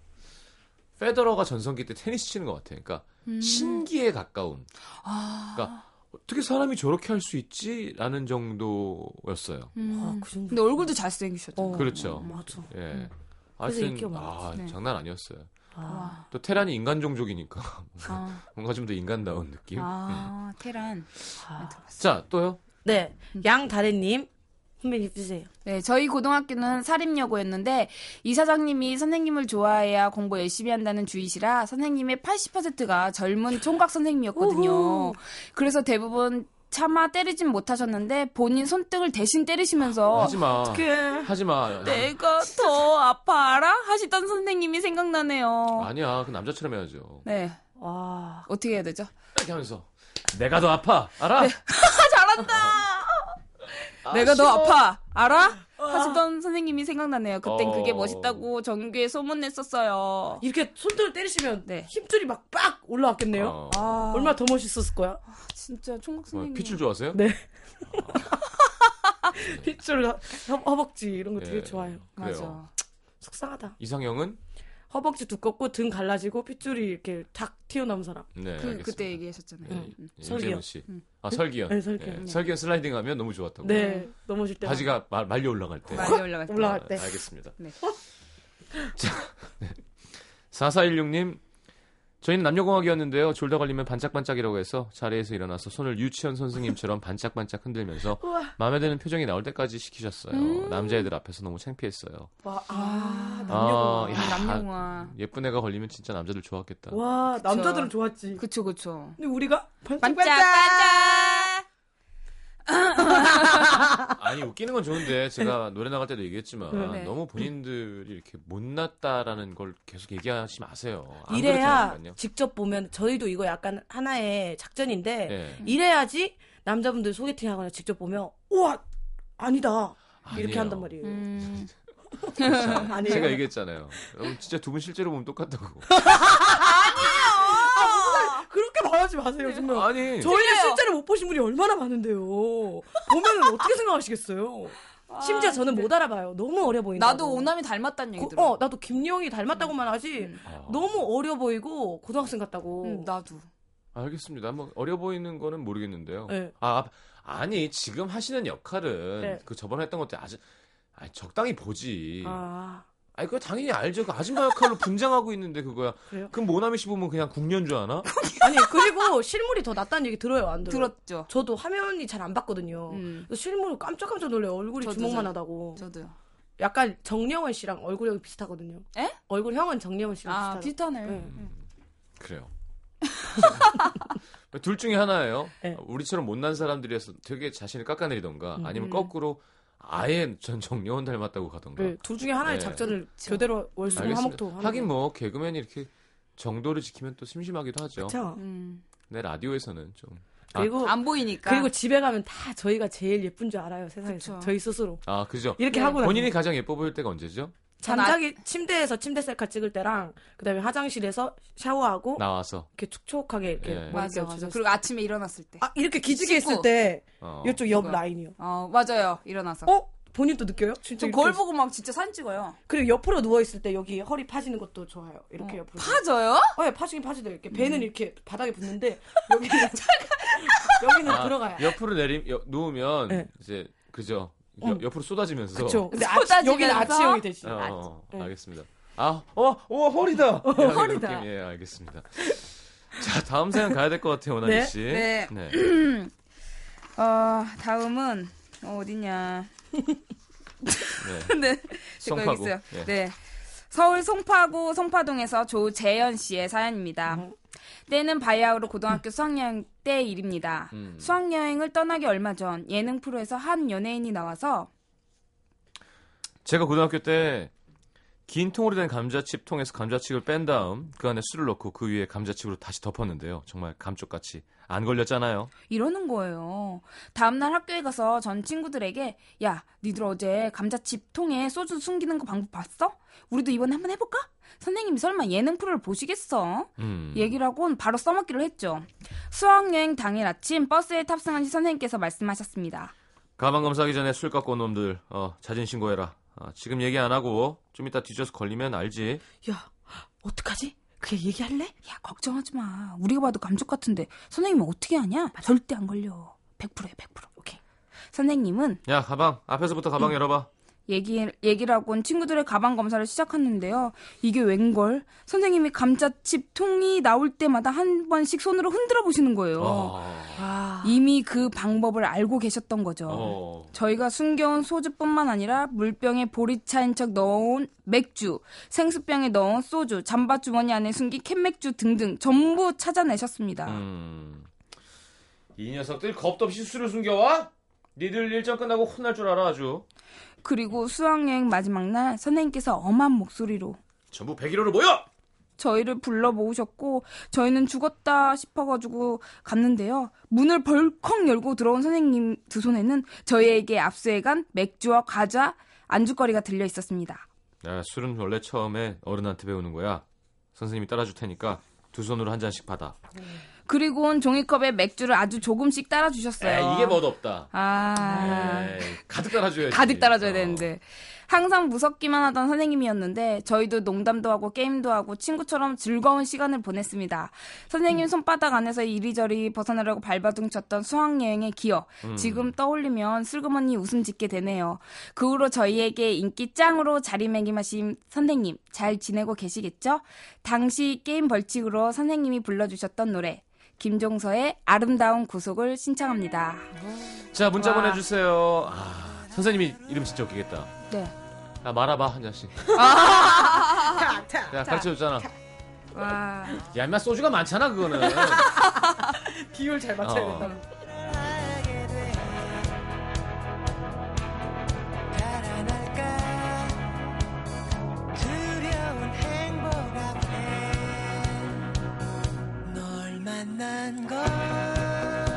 [SPEAKER 1] 페더러가 전성기 때 테니스 치는 것 같아요. 그러니까
[SPEAKER 10] 음. 아.
[SPEAKER 1] 신기에 가까운. 그러니까 어떻게 사람이 저렇게 할 수 있지?라는 정도였어요.
[SPEAKER 9] 아,
[SPEAKER 10] 음. 어. 근데 얼굴도 잘생기셨잖아요.
[SPEAKER 1] 그렇죠.
[SPEAKER 9] 그 음, 맞아.
[SPEAKER 1] 예.
[SPEAKER 10] 음. 그래서
[SPEAKER 1] 하여튼,
[SPEAKER 10] 인기가
[SPEAKER 1] 아,
[SPEAKER 10] 많았지. 네.
[SPEAKER 1] 장난 아니었어요.
[SPEAKER 10] 아.
[SPEAKER 1] 또 테란이 인간 종족이니까
[SPEAKER 10] 아,
[SPEAKER 1] 뭔가 좀 더 인간다운 느낌.
[SPEAKER 10] 아, 테란. 네,
[SPEAKER 1] 자, 또요.
[SPEAKER 9] 네, 양다래님 선배님 주세요.
[SPEAKER 10] 네, 저희 고등학교는 사립여고였는데 이사장님이 선생님을 좋아해야 공부 열심히 한다는 주의시라 선생님의 80%가 젊은 총각 선생님이었거든요.
[SPEAKER 9] 우후.
[SPEAKER 10] 그래서 대부분 차마 때리진 못하셨는데 본인 손등을 대신 때리시면서
[SPEAKER 1] 하지마.
[SPEAKER 10] 어, 어떡해. 네.
[SPEAKER 1] 하지마.
[SPEAKER 10] 내가 더 아파라 하시던 선생님이 생각나네요.
[SPEAKER 1] 아니야, 그 남자처럼 해야죠.
[SPEAKER 10] 네.
[SPEAKER 9] 와.
[SPEAKER 10] 어떻게 해야 되죠?
[SPEAKER 1] 이렇게 하면서 내가 더 아파, 알아?
[SPEAKER 10] 잘한다. 내가 너 아파 알아? 하시던 선생님이 생각나네요. 그땐
[SPEAKER 9] 어.
[SPEAKER 10] 그게 멋있다고 전교에 소문냈었어요.
[SPEAKER 9] 이렇게 손등을 때리시면
[SPEAKER 10] 네.
[SPEAKER 9] 힘줄이 막 빡 올라왔겠네요.
[SPEAKER 1] 어.
[SPEAKER 10] 아.
[SPEAKER 9] 얼마 더 멋있었을 거야.
[SPEAKER 10] 진짜 총각
[SPEAKER 1] 뭐,
[SPEAKER 10] 선생님.
[SPEAKER 1] 핏줄 좋아하세요?
[SPEAKER 9] 네. 핏줄 허- 허벅지 이런 거 되게
[SPEAKER 1] 예,
[SPEAKER 9] 좋아요.
[SPEAKER 1] 그래요. 맞아.
[SPEAKER 9] 속상하다.
[SPEAKER 1] 이상형은
[SPEAKER 9] 허벅지 두껍고 등 갈라지고 핏줄이 이렇게 탁 튀어나온 사람.
[SPEAKER 1] 네,
[SPEAKER 10] 그,
[SPEAKER 1] 알겠습니다. 네.
[SPEAKER 10] 그때 얘기하셨잖아요. 음.
[SPEAKER 1] 임재훈 씨. 아 설기현.
[SPEAKER 9] 네, 설기현.
[SPEAKER 1] 예, 설기현 슬라이딩 하면 너무 좋았다고.
[SPEAKER 9] 네, 넘어질 때.
[SPEAKER 1] 음. 바지가 말- 말려 올라갈 때.
[SPEAKER 10] 말려 네. 올라갈 때. 올라갈 때.
[SPEAKER 1] 아, 알겠습니다. 네.
[SPEAKER 10] 네.
[SPEAKER 1] 4416님. 저희는 남녀공학이었는데요. 졸다 걸리면 반짝반짝이라고 해서 자리에서 일어나서 손을 유치원 선생님처럼 반짝반짝 흔들면서
[SPEAKER 9] 우와.
[SPEAKER 1] 마음에 드는 표정이 나올 때까지 시키셨어요.
[SPEAKER 9] 음.
[SPEAKER 1] 남자애들 앞에서 너무 창피했어요.
[SPEAKER 9] 와, 아,
[SPEAKER 1] 아,
[SPEAKER 9] 남녀공학.
[SPEAKER 1] 야.
[SPEAKER 10] 남녀공학.
[SPEAKER 1] 예쁜 애가 걸리면 진짜 남자들 좋았겠다.
[SPEAKER 9] 와, 남자들은 좋았지.
[SPEAKER 10] 그쵸, 그쵸.
[SPEAKER 9] 근데 우리가
[SPEAKER 10] 반짝반짝.
[SPEAKER 1] 아니 웃기는 건 좋은데 제가 노래 나갈 때도 얘기했지만
[SPEAKER 9] 네.
[SPEAKER 1] 너무 본인들이 이렇게 못났다라는 걸 계속 얘기하지 마세요. 안
[SPEAKER 9] 이래야
[SPEAKER 1] 아, 그렇다니까요.
[SPEAKER 9] 직접 보면 저희도 이거 약간 하나의 작전인데
[SPEAKER 1] 예.
[SPEAKER 9] 이래야지 남자분들 소개팅 하거나 직접 보면 우와 아니다 이렇게
[SPEAKER 1] 아니에요.
[SPEAKER 9] 한단 말이에요.
[SPEAKER 10] 음.
[SPEAKER 9] 아니에요.
[SPEAKER 1] 제가 얘기했잖아요. 여러분 진짜 두 분 실제로 보면 똑같다고.
[SPEAKER 9] 아, 무슨- 그렇게 말하지 마세요 정말.
[SPEAKER 1] 네. 아니
[SPEAKER 9] 저희를 실제로 못 보신 분이 얼마나 많은데요. 보면은 어떻게 생각하시겠어요? 심지어 저는 못 알아봐요. 너무 어려 보인다.
[SPEAKER 10] 아, 나도 음. 오남이 닮았다는 얘기 들어. 네.
[SPEAKER 9] 어, 나도 김영이 닮았다고만 하지
[SPEAKER 1] 아,
[SPEAKER 9] 너무 어려 보이고 고등학생
[SPEAKER 10] 어.
[SPEAKER 9] 같다고.
[SPEAKER 10] 음, 나도.
[SPEAKER 1] 알겠습니다. 한번 어려 보이는 거는 모르겠는데요.
[SPEAKER 9] 네.
[SPEAKER 1] 아 아니 지금 하시는 역할은
[SPEAKER 9] 네.
[SPEAKER 1] 그 저번에 했던 것때 아주 아 적당히 보지.
[SPEAKER 9] 아.
[SPEAKER 1] 아니 그거 당연히 알죠. 그 아줌마 역할로 분장하고 있는데 그거야.
[SPEAKER 9] 그래요?
[SPEAKER 1] 그럼 모나미 씨 보면 그냥 국년 줄 아나?
[SPEAKER 9] 아니 그리고 실물이 더 낫다는 얘기 들어요 안 들어요?
[SPEAKER 10] 들었죠. 음.
[SPEAKER 9] 저도 화면이 잘 안
[SPEAKER 10] 어.
[SPEAKER 9] 봤거든요. 그래서 실물을 깜짝깜짝 놀래요. 얼굴이
[SPEAKER 10] 저도,
[SPEAKER 9] 주먹만
[SPEAKER 10] 저도.
[SPEAKER 9] 하다고.
[SPEAKER 10] 저도요.
[SPEAKER 9] 약간 정려원 씨랑 얼굴형이 비슷하거든요.
[SPEAKER 10] 에?
[SPEAKER 9] 얼굴형은 정려원 씨랑
[SPEAKER 10] 아, 비슷하네.
[SPEAKER 1] 그래요. 둘 중에 하나예요. 우리처럼 못난 사람들이어서 되게 자신을 깎아내리던가 아니면
[SPEAKER 9] 네. 음.
[SPEAKER 1] 거꾸로 아예 전 정려원 닮았다고 가던가.
[SPEAKER 9] 네, 둘 중에 하나의
[SPEAKER 1] 네.
[SPEAKER 9] 작전을 교대로 월수금
[SPEAKER 1] 알겠습니다.
[SPEAKER 9] 화목토 하는
[SPEAKER 1] 하긴 뭐 개그맨이 이렇게 정도를 지키면 또 심심하기도 하죠.
[SPEAKER 9] 그쵸?
[SPEAKER 1] 내 라디오에서는 좀. 아,
[SPEAKER 9] 그리고
[SPEAKER 10] 음. 안 보이니까.
[SPEAKER 9] 그리고 집에 가면 다 저희가 제일 예쁜 줄 알아요 세상에서 저희 스스로
[SPEAKER 1] 아, 그죠.
[SPEAKER 10] 네.
[SPEAKER 9] 이렇게 하고 나면-
[SPEAKER 1] 본인이 가장 예뻐 보일 때가 언제죠?
[SPEAKER 9] 잠자기 침대에서 침대 셀카 찍을 때랑 그다음에 화장실에서 샤워하고
[SPEAKER 1] 나와서.
[SPEAKER 9] 이렇게 촉촉하게 이렇게
[SPEAKER 1] 예.
[SPEAKER 10] 맞아,
[SPEAKER 9] 머릿결
[SPEAKER 10] 맞아.
[SPEAKER 9] 젖었을
[SPEAKER 10] 그리고 아침에 일어났을 때.
[SPEAKER 9] 아, 이렇게 기지개 있을
[SPEAKER 10] 씻고.
[SPEAKER 9] 때
[SPEAKER 1] 어.
[SPEAKER 9] 이쪽 옆
[SPEAKER 10] 그거요.
[SPEAKER 9] 라인이요.
[SPEAKER 10] 어, 맞아요. 일어나서.
[SPEAKER 9] 어? 본인도 느껴요? 진짜
[SPEAKER 10] 저
[SPEAKER 9] 이렇게
[SPEAKER 10] 거울
[SPEAKER 9] 있-
[SPEAKER 10] 보고 막 진짜 사진 찍어요.
[SPEAKER 9] 그리고 옆으로 누워 있을 때 여기 허리 파지는 것도 좋아요. 이렇게 옆으로.
[SPEAKER 10] 파져요?
[SPEAKER 9] 네, 파지긴 파지도 이렇게 배는 이렇게 바닥에 붙는데 여기는 여기는
[SPEAKER 1] 아,
[SPEAKER 9] 들어가요.
[SPEAKER 1] 옆으로 내림 여- 누우면 이제 그죠. 여-
[SPEAKER 9] 응.
[SPEAKER 1] 옆으로 쏟아지면서.
[SPEAKER 9] 음. 그쵸. 근데 아치- 쏟아지면서? 여기는 아치형이 되시죠.
[SPEAKER 1] 어, 어, 알겠습니다. 아, 어, 어, 허리다. 이런
[SPEAKER 10] 네. 허리다.
[SPEAKER 1] 느낌. 예, 알겠습니다. 자, 다음 사연 가야 될 것 같아요, 원아이 씨.
[SPEAKER 10] 네.
[SPEAKER 1] 네.
[SPEAKER 10] 어, 다음은 어, 어디냐?
[SPEAKER 1] 네.
[SPEAKER 10] 네. 제가 여기
[SPEAKER 1] 송파구.
[SPEAKER 10] 있어요.
[SPEAKER 1] 예.
[SPEAKER 10] 네. 서울 송파구 송파동에서 조재현 씨의 사연입니다.
[SPEAKER 9] 음.
[SPEAKER 10] 때는 바야흐로 고등학교 수학여행 때 일입니다.
[SPEAKER 11] 음.
[SPEAKER 10] 수학여행을 떠나기 얼마 전 예능 프로에서 한 연예인이 나와서
[SPEAKER 1] 제가 고등학교 때 긴 통으로 된 감자칩 통에서 감자칩을 뺀 다음 그 안에 술을 넣고 그 위에 감자칩으로 다시 덮었는데요. 정말 감쪽같이 안 걸렸잖아요.
[SPEAKER 10] 이러는 거예요. 다음날 학교에 가서 전 친구들에게 야, 니들 어제 감자칩 통에 소주 숨기는 거 방법 봤어? 우리도 이번에 한번 해볼까? 선생님이 설마 예능 프로를 보시겠어?
[SPEAKER 1] 음.
[SPEAKER 10] 얘기를 하곤 바로 써먹기로 했죠. 수학여행 당일 아침 버스에 탑승하신 선생님께서 말씀하셨습니다.
[SPEAKER 1] 가방 검사하기 전에 술 갖고 온 놈들 어, 자진 신고해라. 아, 지금 얘기 안 하고 좀 이따 뒤져서 걸리면 알지.
[SPEAKER 10] 야, 어떡하지? 그게 얘기할래? 야, 걱정하지 마. 우리가 봐도 감쪽 같은데 선생님은 어떻게 하냐? 절대 안 걸려. 100%야, 100%. 오케이. 선생님은
[SPEAKER 1] 야 가방 앞에서부터 가방 열어봐.
[SPEAKER 10] 얘기, 얘기를 하곤 친구들의 가방 검사를 시작하는데요. 이게 웬걸? 선생님이 감자칩 통이 나올 때마다 한 번씩 손으로 흔들어 아. 보시는 거예요. 이미 그 방법을 알고 계셨던 거죠.
[SPEAKER 1] 아. 어.
[SPEAKER 10] 저희가 숨겨온 소주뿐만 아니라 물병에 보리 차인 척 넣어온 맥주, 생수병에 넣은 소주, 잠바 주머니 안에 숨긴 캔맥주 등등 전부 찾아내셨습니다.
[SPEAKER 1] 음. 이 녀석들 겁도 없이 술을 숨겨와? 니들 일정 끝나고 혼날 줄 알아 아주.
[SPEAKER 10] 그리고 수학여행 마지막 날 선생님께서 엄한 목소리로
[SPEAKER 1] 전부 101호로 모여!
[SPEAKER 10] 저희를 불러 모으셨고 저희는 죽었다 싶어가지고 갔는데요. 문을 벌컥 열고 들어온 선생님 두 손에는 저희에게 압수해간 맥주와 과자, 안주거리가 들려 있었습니다.
[SPEAKER 1] 야, 술은 원래 처음에 어른한테 배우는 거야. 선생님이 따라줄 테니까 두 손으로 한 잔씩 받아.
[SPEAKER 10] 그리고는 종이컵에 맥주를 아주 조금씩 따라 주셨어요.
[SPEAKER 1] 에이, 이게 뭐 멋없다.
[SPEAKER 10] 아.
[SPEAKER 1] 에이, 가득 네. 따라줘야지. 어.
[SPEAKER 10] 가득 따라줘야 되는데 항상 무섭기만 하던 선생님이었는데 저희도 농담도 하고 게임도 하고 친구처럼 즐거운 시간을 보냈습니다. 선생님
[SPEAKER 1] 음.
[SPEAKER 10] 손바닥 안에서 이리저리 벗어나려고 발바둥 쳤던 수학 여행의 기억
[SPEAKER 11] 음.
[SPEAKER 10] 지금 떠올리면 슬그머니 웃음 짓게 되네요. 그 후로 저희에게 인기 짱으로 자리매김하신 선생님 잘 지내고 계시겠죠? 당시 게임 벌칙으로 선생님이 불러주셨던 노래 김종서의 아름다운 구속을 신청합니다.
[SPEAKER 1] 자, 문자
[SPEAKER 10] 와.
[SPEAKER 1] 보내주세요. 아, 선생님이 이름 진짜 웃기겠다.
[SPEAKER 10] 네.
[SPEAKER 1] 야, 말아봐, 한 잔씩.
[SPEAKER 9] 아.
[SPEAKER 1] 야, 가르쳐줬잖아.
[SPEAKER 10] 와.
[SPEAKER 1] 야, 인마 소주가 많잖아, 그거는.
[SPEAKER 6] 비율 잘
[SPEAKER 1] 맞춰야 어. 된다고.
[SPEAKER 5] 달아날까 두려운 행복 앞에 널 만난 건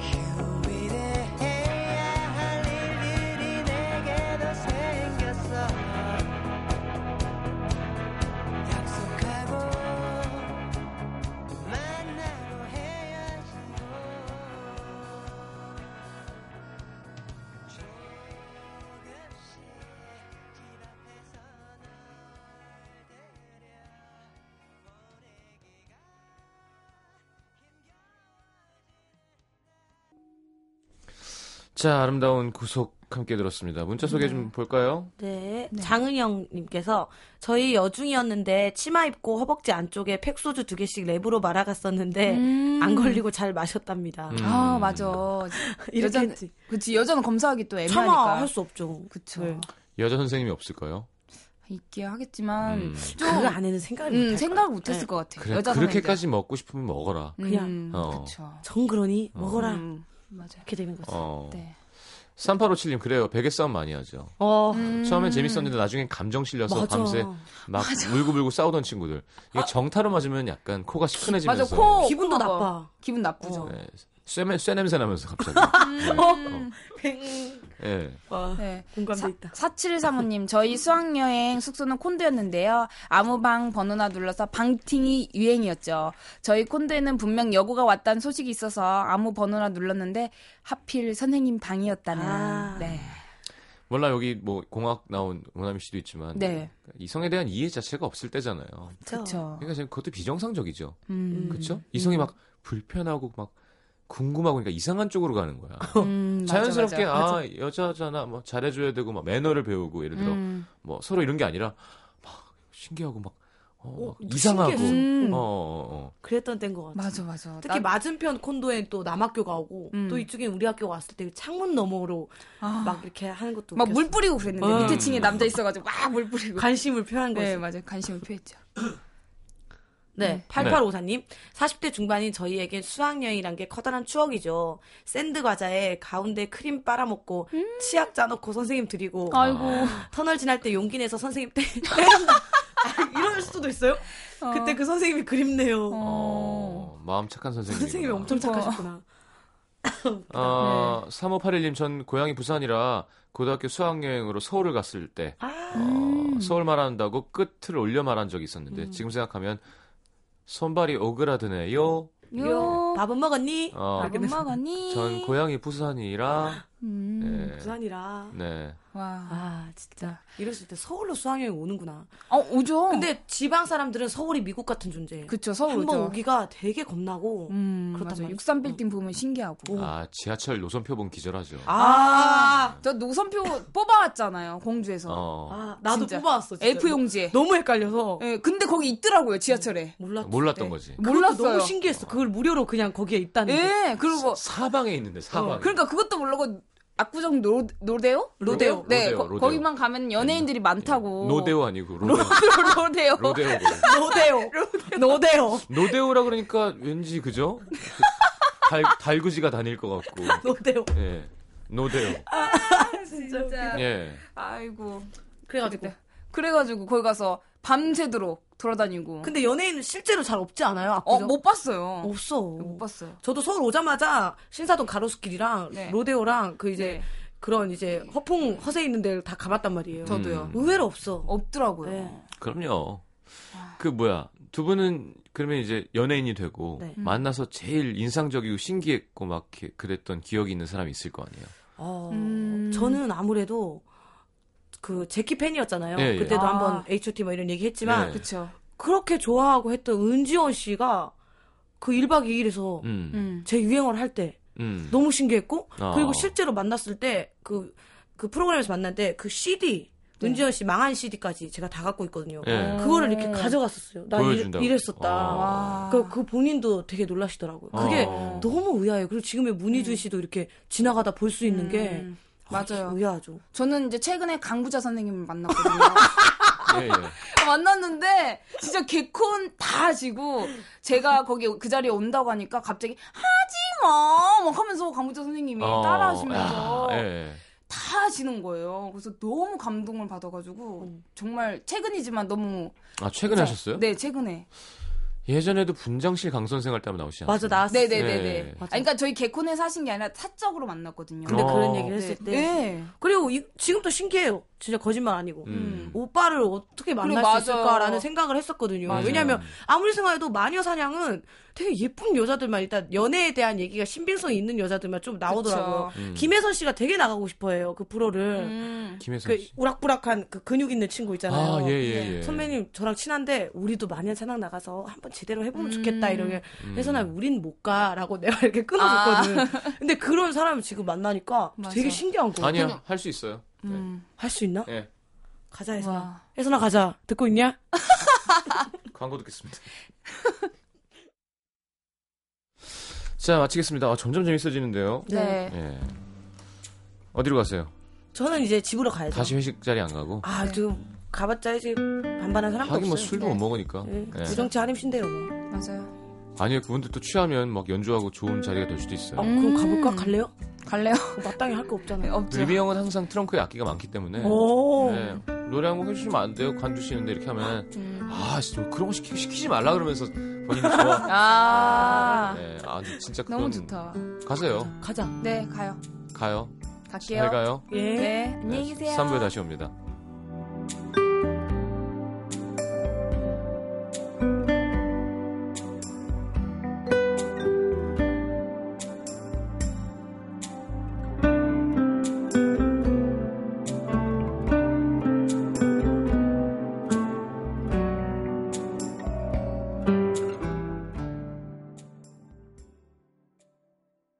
[SPEAKER 5] 행운이야 휴일에 할 일들이 내게도 생겼어 약속하고 만나고 헤어지고
[SPEAKER 1] 자, 아름다운 구속 함께 들었습니다. 문자 소개 좀 볼까요?
[SPEAKER 9] 네. 장은영님께서 저희 여중이었는데 치마 입고 허벅지 안쪽에 팩소주 두 개씩 랩으로 말아갔었는데
[SPEAKER 10] 음.
[SPEAKER 9] 네, 안 걸리고 잘 마셨답니다.
[SPEAKER 1] 음,
[SPEAKER 10] 아 맞아.
[SPEAKER 9] 이렇게
[SPEAKER 10] 여자는
[SPEAKER 9] 했지.
[SPEAKER 10] 그치 여자는 검사하기 또 애매하니까.
[SPEAKER 9] 참아 할 수 네. 없죠.
[SPEAKER 10] 그쵸.
[SPEAKER 1] 여자 선생님이 없을까요?
[SPEAKER 10] 있게 하겠지만
[SPEAKER 1] 음.
[SPEAKER 10] 좀
[SPEAKER 9] 그 안에는 생각을
[SPEAKER 10] 음,
[SPEAKER 9] 못할
[SPEAKER 10] 생각을
[SPEAKER 9] 거야.
[SPEAKER 10] 못했을
[SPEAKER 9] 네.
[SPEAKER 10] 것 같아요.
[SPEAKER 1] 그래,
[SPEAKER 10] 여자
[SPEAKER 1] 그렇게까지 먹고 싶으면 먹어라.
[SPEAKER 10] 그냥 음,
[SPEAKER 1] 어.
[SPEAKER 10] 그쵸.
[SPEAKER 9] 정 그러니 먹어라.
[SPEAKER 10] 음, 맞아.
[SPEAKER 9] 이렇게 되는 거지.
[SPEAKER 1] 어.
[SPEAKER 10] 네.
[SPEAKER 1] 3857님, 그래요. 베개 싸움 많이 하죠.
[SPEAKER 9] 어.
[SPEAKER 1] 처음엔 재밌었는데 나중엔 감정 실려서
[SPEAKER 9] 맞아. 어,
[SPEAKER 1] 밤새 막 울고불고 싸우던 친구들. 이게 정타로 맞으면 약간 코가
[SPEAKER 10] 아. 맞아
[SPEAKER 1] 시큰해지면서
[SPEAKER 10] 코
[SPEAKER 9] 기분도
[SPEAKER 10] 코가 뭐-
[SPEAKER 9] 나빠.
[SPEAKER 10] 기분 나쁘죠.
[SPEAKER 1] 네, 쇠, 쇠 냄새 나면서 갑자기.
[SPEAKER 10] 음.
[SPEAKER 1] 네.
[SPEAKER 10] 어.
[SPEAKER 1] 어. 예.
[SPEAKER 10] 네.
[SPEAKER 9] 공감돼
[SPEAKER 10] 사-
[SPEAKER 9] 있다.
[SPEAKER 10] 사칠 사모님, 저희 수학여행 숙소는 콘도였는데요. 아무 방 번호나 눌러서 방팅이 유행이었죠. 저희 콘도에는 분명 여고가 왔다는 소식이 있어서 아무 번호나 눌렀는데 하필 선생님 방이었다는.
[SPEAKER 9] 아,
[SPEAKER 10] 네.
[SPEAKER 1] 몰라, 여기 뭐 공학 나온 오나미 씨도 있지만.
[SPEAKER 10] 네.
[SPEAKER 1] 이성에 대한 이해 자체가 없을 때잖아요.
[SPEAKER 10] 그렇죠.
[SPEAKER 1] 그러니까 지금 그것도 비정상적이죠.
[SPEAKER 10] 음.
[SPEAKER 1] 그렇죠? 이성이 막 불편하고 막 궁금하고 그러니까 이상한 쪽으로 가는 거야.
[SPEAKER 10] 음, 맞아,
[SPEAKER 1] 그 자연스럽게
[SPEAKER 10] 맞아.
[SPEAKER 1] 아
[SPEAKER 10] 맞아.
[SPEAKER 1] 여자잖아 뭐 잘해줘야 되고 막 매너를 배우고 예를 들어
[SPEAKER 10] 음.
[SPEAKER 1] 뭐 서로 이런 게 아니라 막 신기하고 막, 어,
[SPEAKER 9] 어,
[SPEAKER 1] 막 이상하고
[SPEAKER 9] 신기했어. 음.
[SPEAKER 1] 어, 어, 어.
[SPEAKER 9] 그랬던 때인 것 같아.
[SPEAKER 10] 맞아 맞아.
[SPEAKER 9] 특히
[SPEAKER 10] 나-
[SPEAKER 9] 맞은편 콘도엔 또 남학교가 오고
[SPEAKER 10] 음.
[SPEAKER 9] 또 이쪽엔 우리 학교가 왔을 때 창문 너머로
[SPEAKER 10] 아.
[SPEAKER 9] 막 이렇게 하는 것도
[SPEAKER 10] 막 물
[SPEAKER 9] 웃겼어.
[SPEAKER 10] 뿌리고 그랬는데
[SPEAKER 9] 음.
[SPEAKER 10] 밑에 층에 남자 있어가지고 네, 막 물 뿌리고.
[SPEAKER 9] 관심을 표한 거지.
[SPEAKER 10] 네 맞아 요 관심을 표했죠.
[SPEAKER 9] 네, 8854님. 40대 중반인 저희에겐 수학여행이란 게 커다란 추억이죠. 샌드 과자에 가운데 크림 빨아먹고, 치약 짜놓고 선생님 드리고,
[SPEAKER 10] 아이고.
[SPEAKER 9] 터널 지날 때 용기 내서 선생님 때, 때린다. 아, 이럴 수도 있어요? 그때 그 선생님이 그립네요.
[SPEAKER 1] 어, 마음 착한 선생님.
[SPEAKER 9] 어. 선생님이 엄청 착하셨구나.
[SPEAKER 1] 어, 3581님, 전 고향이 부산이라 고등학교 수학여행으로 서울을 갔을 때, 어, 서울 말한다고 끝을 올려 말한 적이 있었는데, 지금 생각하면, 손발이 오그라드네요.
[SPEAKER 10] 요.
[SPEAKER 9] 밥은 먹었니?
[SPEAKER 1] 어,
[SPEAKER 10] 밥은 먹었니?
[SPEAKER 1] 전 고향이 부산이라,
[SPEAKER 10] 음.
[SPEAKER 1] 네.
[SPEAKER 9] 부산이라.
[SPEAKER 1] 네.
[SPEAKER 10] 와.
[SPEAKER 9] 아, 진짜. 이랬을 때 서울로 수학여행 오는구나.
[SPEAKER 10] 어, 오죠.
[SPEAKER 9] 근데 지방 사람들은 서울이 미국 같은 존재예요.
[SPEAKER 10] 그쵸, 서울
[SPEAKER 9] 한번
[SPEAKER 10] 오죠. 음.
[SPEAKER 9] 오기가 되게 겁나고. 그렇단
[SPEAKER 10] 맞아.
[SPEAKER 9] 말이에요.
[SPEAKER 10] 63 빌딩 보면 신기하고.
[SPEAKER 1] 아, 지하철 노선표 보면 기절하죠. 어,
[SPEAKER 9] 아.
[SPEAKER 10] 저 노선표 뽑아왔잖아요, 공주에서.
[SPEAKER 1] 어.
[SPEAKER 9] 아, 나도
[SPEAKER 10] 진짜.
[SPEAKER 9] 뽑아왔어. 진짜.
[SPEAKER 10] F 용지에.
[SPEAKER 9] 너무 헷갈려서.
[SPEAKER 10] 예, 근데 거기 있더라고요, 지하철에.
[SPEAKER 9] 몰랐지.
[SPEAKER 1] 몰랐던 거지.
[SPEAKER 9] 음. 그것도
[SPEAKER 10] 몰랐어요.
[SPEAKER 9] 너무 신기했어. 그걸 무료로 그냥 거기에 있다는 게.
[SPEAKER 10] 예, 그리고
[SPEAKER 1] 사방에 있는데, 사방에. 예.
[SPEAKER 10] 그러니까 그것도 모르고 압구정 노, 노데오?
[SPEAKER 1] 로데오?
[SPEAKER 10] 네,
[SPEAKER 1] 로데오,
[SPEAKER 10] 거,
[SPEAKER 1] 로데오.
[SPEAKER 10] 기만 가면 연예인들이 많다고.
[SPEAKER 1] 노데오 아니고, 로데오.
[SPEAKER 10] 로데오.
[SPEAKER 1] 로데오고.
[SPEAKER 9] 노대요. 노대요.
[SPEAKER 1] 노데오라 그러니까 왠지, 그죠? 달, 달구지가 다닐 것 같고.
[SPEAKER 9] 노대요.
[SPEAKER 1] 예. 노데오.
[SPEAKER 10] 진짜.
[SPEAKER 1] 예.
[SPEAKER 10] 아이고.
[SPEAKER 9] 그래가지고.
[SPEAKER 10] 그래가지고 거기 가서 밤새도록 돌아다니고.
[SPEAKER 9] 근데 연예인은 실제로 잘 없지 않아요?
[SPEAKER 10] 어,
[SPEAKER 9] 압구정?
[SPEAKER 10] 못 봤어요.
[SPEAKER 9] 없어.
[SPEAKER 10] 못 봤어요.
[SPEAKER 9] 저도 서울 오자마자 신사동 가로수길이랑
[SPEAKER 10] 네.
[SPEAKER 9] 로데오랑 그 이제
[SPEAKER 10] 네.
[SPEAKER 9] 그런 이제 허풍 허세 있는 데를 다 가봤단 말이에요.
[SPEAKER 1] 저도요.
[SPEAKER 9] 의외로 음. 없어.
[SPEAKER 10] 없더라고요.
[SPEAKER 9] 네.
[SPEAKER 1] 그럼요. 그 뭐야 두 분은 그러면 이제 연예인이 되고
[SPEAKER 9] 네.
[SPEAKER 1] 만나서 제일 인상적이고 신기했고 막 이렇게 그랬던 기억이 있는 사람이 있을 거 아니에요.
[SPEAKER 9] 어,
[SPEAKER 10] 음.
[SPEAKER 9] 저는 아무래도 그 제키 팬이었잖아요.
[SPEAKER 1] 예, 예.
[SPEAKER 9] 그때도
[SPEAKER 10] 아.
[SPEAKER 9] 한번 H.O.T. 뭐 이런 얘기했지만
[SPEAKER 1] 네.
[SPEAKER 10] 그쵸.
[SPEAKER 9] 그렇게 좋아하고 했던 은지원 씨가 그 1박 2일에서
[SPEAKER 1] 음, 음,
[SPEAKER 10] 음.
[SPEAKER 9] 제 유행어를 할 때 너무 신기했고
[SPEAKER 1] 아.
[SPEAKER 9] 그리고 실제로 만났을 때 그 그 프로그램에서 만났는데 그 CD 은지원 씨 망한 CD까지 제가 다 갖고 있거든요.
[SPEAKER 10] 어.
[SPEAKER 1] 예.
[SPEAKER 9] 그거를 이렇게 가져갔었어요. 나 이,
[SPEAKER 1] 보여준다고.
[SPEAKER 9] 이랬었다.
[SPEAKER 1] 아.
[SPEAKER 9] 그, 그 본인도 되게 놀라시더라고요. 그게
[SPEAKER 1] 어.
[SPEAKER 9] 너무 의아해요. 그리고 지금의 문희준 씨도 이렇게 지나가다 볼 수 있는 게
[SPEAKER 10] 음.
[SPEAKER 9] 아,
[SPEAKER 10] 맞아요.
[SPEAKER 9] 의아하죠.
[SPEAKER 10] 저는 이제 최근에 강부자 선생님을 만났거든요.
[SPEAKER 1] 예, 예.
[SPEAKER 10] 만났는데 진짜 개콘 다 하시고 제가 거기 그 자리에 온다고 하니까 갑자기 하지마 막 하면서 강부자 선생님이
[SPEAKER 1] 어,
[SPEAKER 10] 따라하시면서
[SPEAKER 1] 아, 예.
[SPEAKER 10] 다 하시는 거예요. 그래서 너무 감동을
[SPEAKER 9] 음.
[SPEAKER 10] 받아가지고 정말 최근이지만 너무
[SPEAKER 1] 아 최근에 하셨어요?
[SPEAKER 10] 네 최근에.
[SPEAKER 1] 예전에도 분장실 강 선생 할 때 한번 나오시지 않았어요?
[SPEAKER 9] 맞아 나왔어.
[SPEAKER 10] 네네네네.
[SPEAKER 1] 네.
[SPEAKER 10] 아, 그러니까 저희 개콘에서 하신 게 아니라 사적으로 만났거든요.
[SPEAKER 9] 근데
[SPEAKER 1] 어.
[SPEAKER 9] 그런 얘기를 했을
[SPEAKER 10] 네.
[SPEAKER 9] 때
[SPEAKER 10] 네.
[SPEAKER 9] 그리고 이- 지금도 신기해요. 진짜 거짓말 아니고.
[SPEAKER 1] 음.
[SPEAKER 9] 오빠를 어떻게 만날
[SPEAKER 10] 그래,
[SPEAKER 9] 수
[SPEAKER 10] 맞아요.
[SPEAKER 9] 있을까라는 생각을 했었거든요.
[SPEAKER 1] 맞아요.
[SPEAKER 9] 왜냐면 아무리 생각해도 마녀 사냥은 되게 예쁜 여자들만 일단 연애에 대한 얘기가 신빙성이 있는 여자들만 좀 나오더라고요.
[SPEAKER 1] 그쵸. 음.
[SPEAKER 9] 김혜선 씨가 되게 나가고 싶어해요. 그 프로를.
[SPEAKER 10] 음.
[SPEAKER 1] 김혜선
[SPEAKER 9] 그
[SPEAKER 1] 씨.
[SPEAKER 9] 우락부락한 그 근육 있는 친구 있잖아요. 네.
[SPEAKER 1] 아, 예, 예, 예.
[SPEAKER 9] 선배님 저랑 친한데 우리도 마녀 사냥 나가서 한번 제대로 해보면
[SPEAKER 10] 음.
[SPEAKER 9] 좋겠다 이러게
[SPEAKER 1] 음.
[SPEAKER 9] 해서 난 우린 못 가라고 내가 이렇게 끊어줬거든. 근데 그런 사람을 지금 만나니까
[SPEAKER 10] 아. 맞아.
[SPEAKER 9] 되게 신기한 거야.
[SPEAKER 1] 아니요 할 수 있어요. 네.
[SPEAKER 10] 음.
[SPEAKER 9] 할수 있나?
[SPEAKER 1] 예.
[SPEAKER 9] 가자 혜선아.
[SPEAKER 10] 와.
[SPEAKER 9] 혜선아 가자. 듣고 있냐?
[SPEAKER 1] 광고 듣겠습니다. 자 마치겠습니다. 아, 점점 재밌어지는데요.
[SPEAKER 10] 네.
[SPEAKER 1] 예. 어디로 가세요?
[SPEAKER 9] 저는 이제 집으로 가야죠.
[SPEAKER 1] 다시 회식 자리 안 가고?
[SPEAKER 9] 아 지금 가봤자 이제 반반한 사람도
[SPEAKER 1] 하긴
[SPEAKER 9] 없어요.
[SPEAKER 1] 뭐 술도 못 먹으니까.
[SPEAKER 9] 예,
[SPEAKER 1] 예.
[SPEAKER 9] 부정치 하림신데요. 뭐.
[SPEAKER 10] 맞아요.
[SPEAKER 1] 아니요 그분들 또 취하면 막 연주하고 좋은 자리가 될 수도 있어요.
[SPEAKER 9] 아, 그럼
[SPEAKER 10] 음.
[SPEAKER 9] 가볼까? 갈래요?
[SPEAKER 10] 갈래요? 어,
[SPEAKER 9] 그거 마땅히 할 거 없잖아요.
[SPEAKER 10] 없죠.
[SPEAKER 1] 뮤비 형은 항상 트렁크에 악기가 많기 때문에
[SPEAKER 9] 오.
[SPEAKER 1] 예, 노래 한 곡 해주시면 안 돼요? 관두시는데 이렇게 하면 아 진짜 그런 거 시키, 시키지 말라 그러면서 본인이 좋아.
[SPEAKER 10] 아.
[SPEAKER 1] 예, 아 근데 진짜 그건
[SPEAKER 10] 너무 좋다.
[SPEAKER 1] 가세요.
[SPEAKER 9] 가자.
[SPEAKER 10] 네, 가요.
[SPEAKER 1] 가요.
[SPEAKER 10] 갈게요.
[SPEAKER 1] 잘 가요.
[SPEAKER 9] 예.
[SPEAKER 10] 네, 안녕히
[SPEAKER 1] 네,
[SPEAKER 10] 계세요.
[SPEAKER 1] 3부에 다시 옵니다.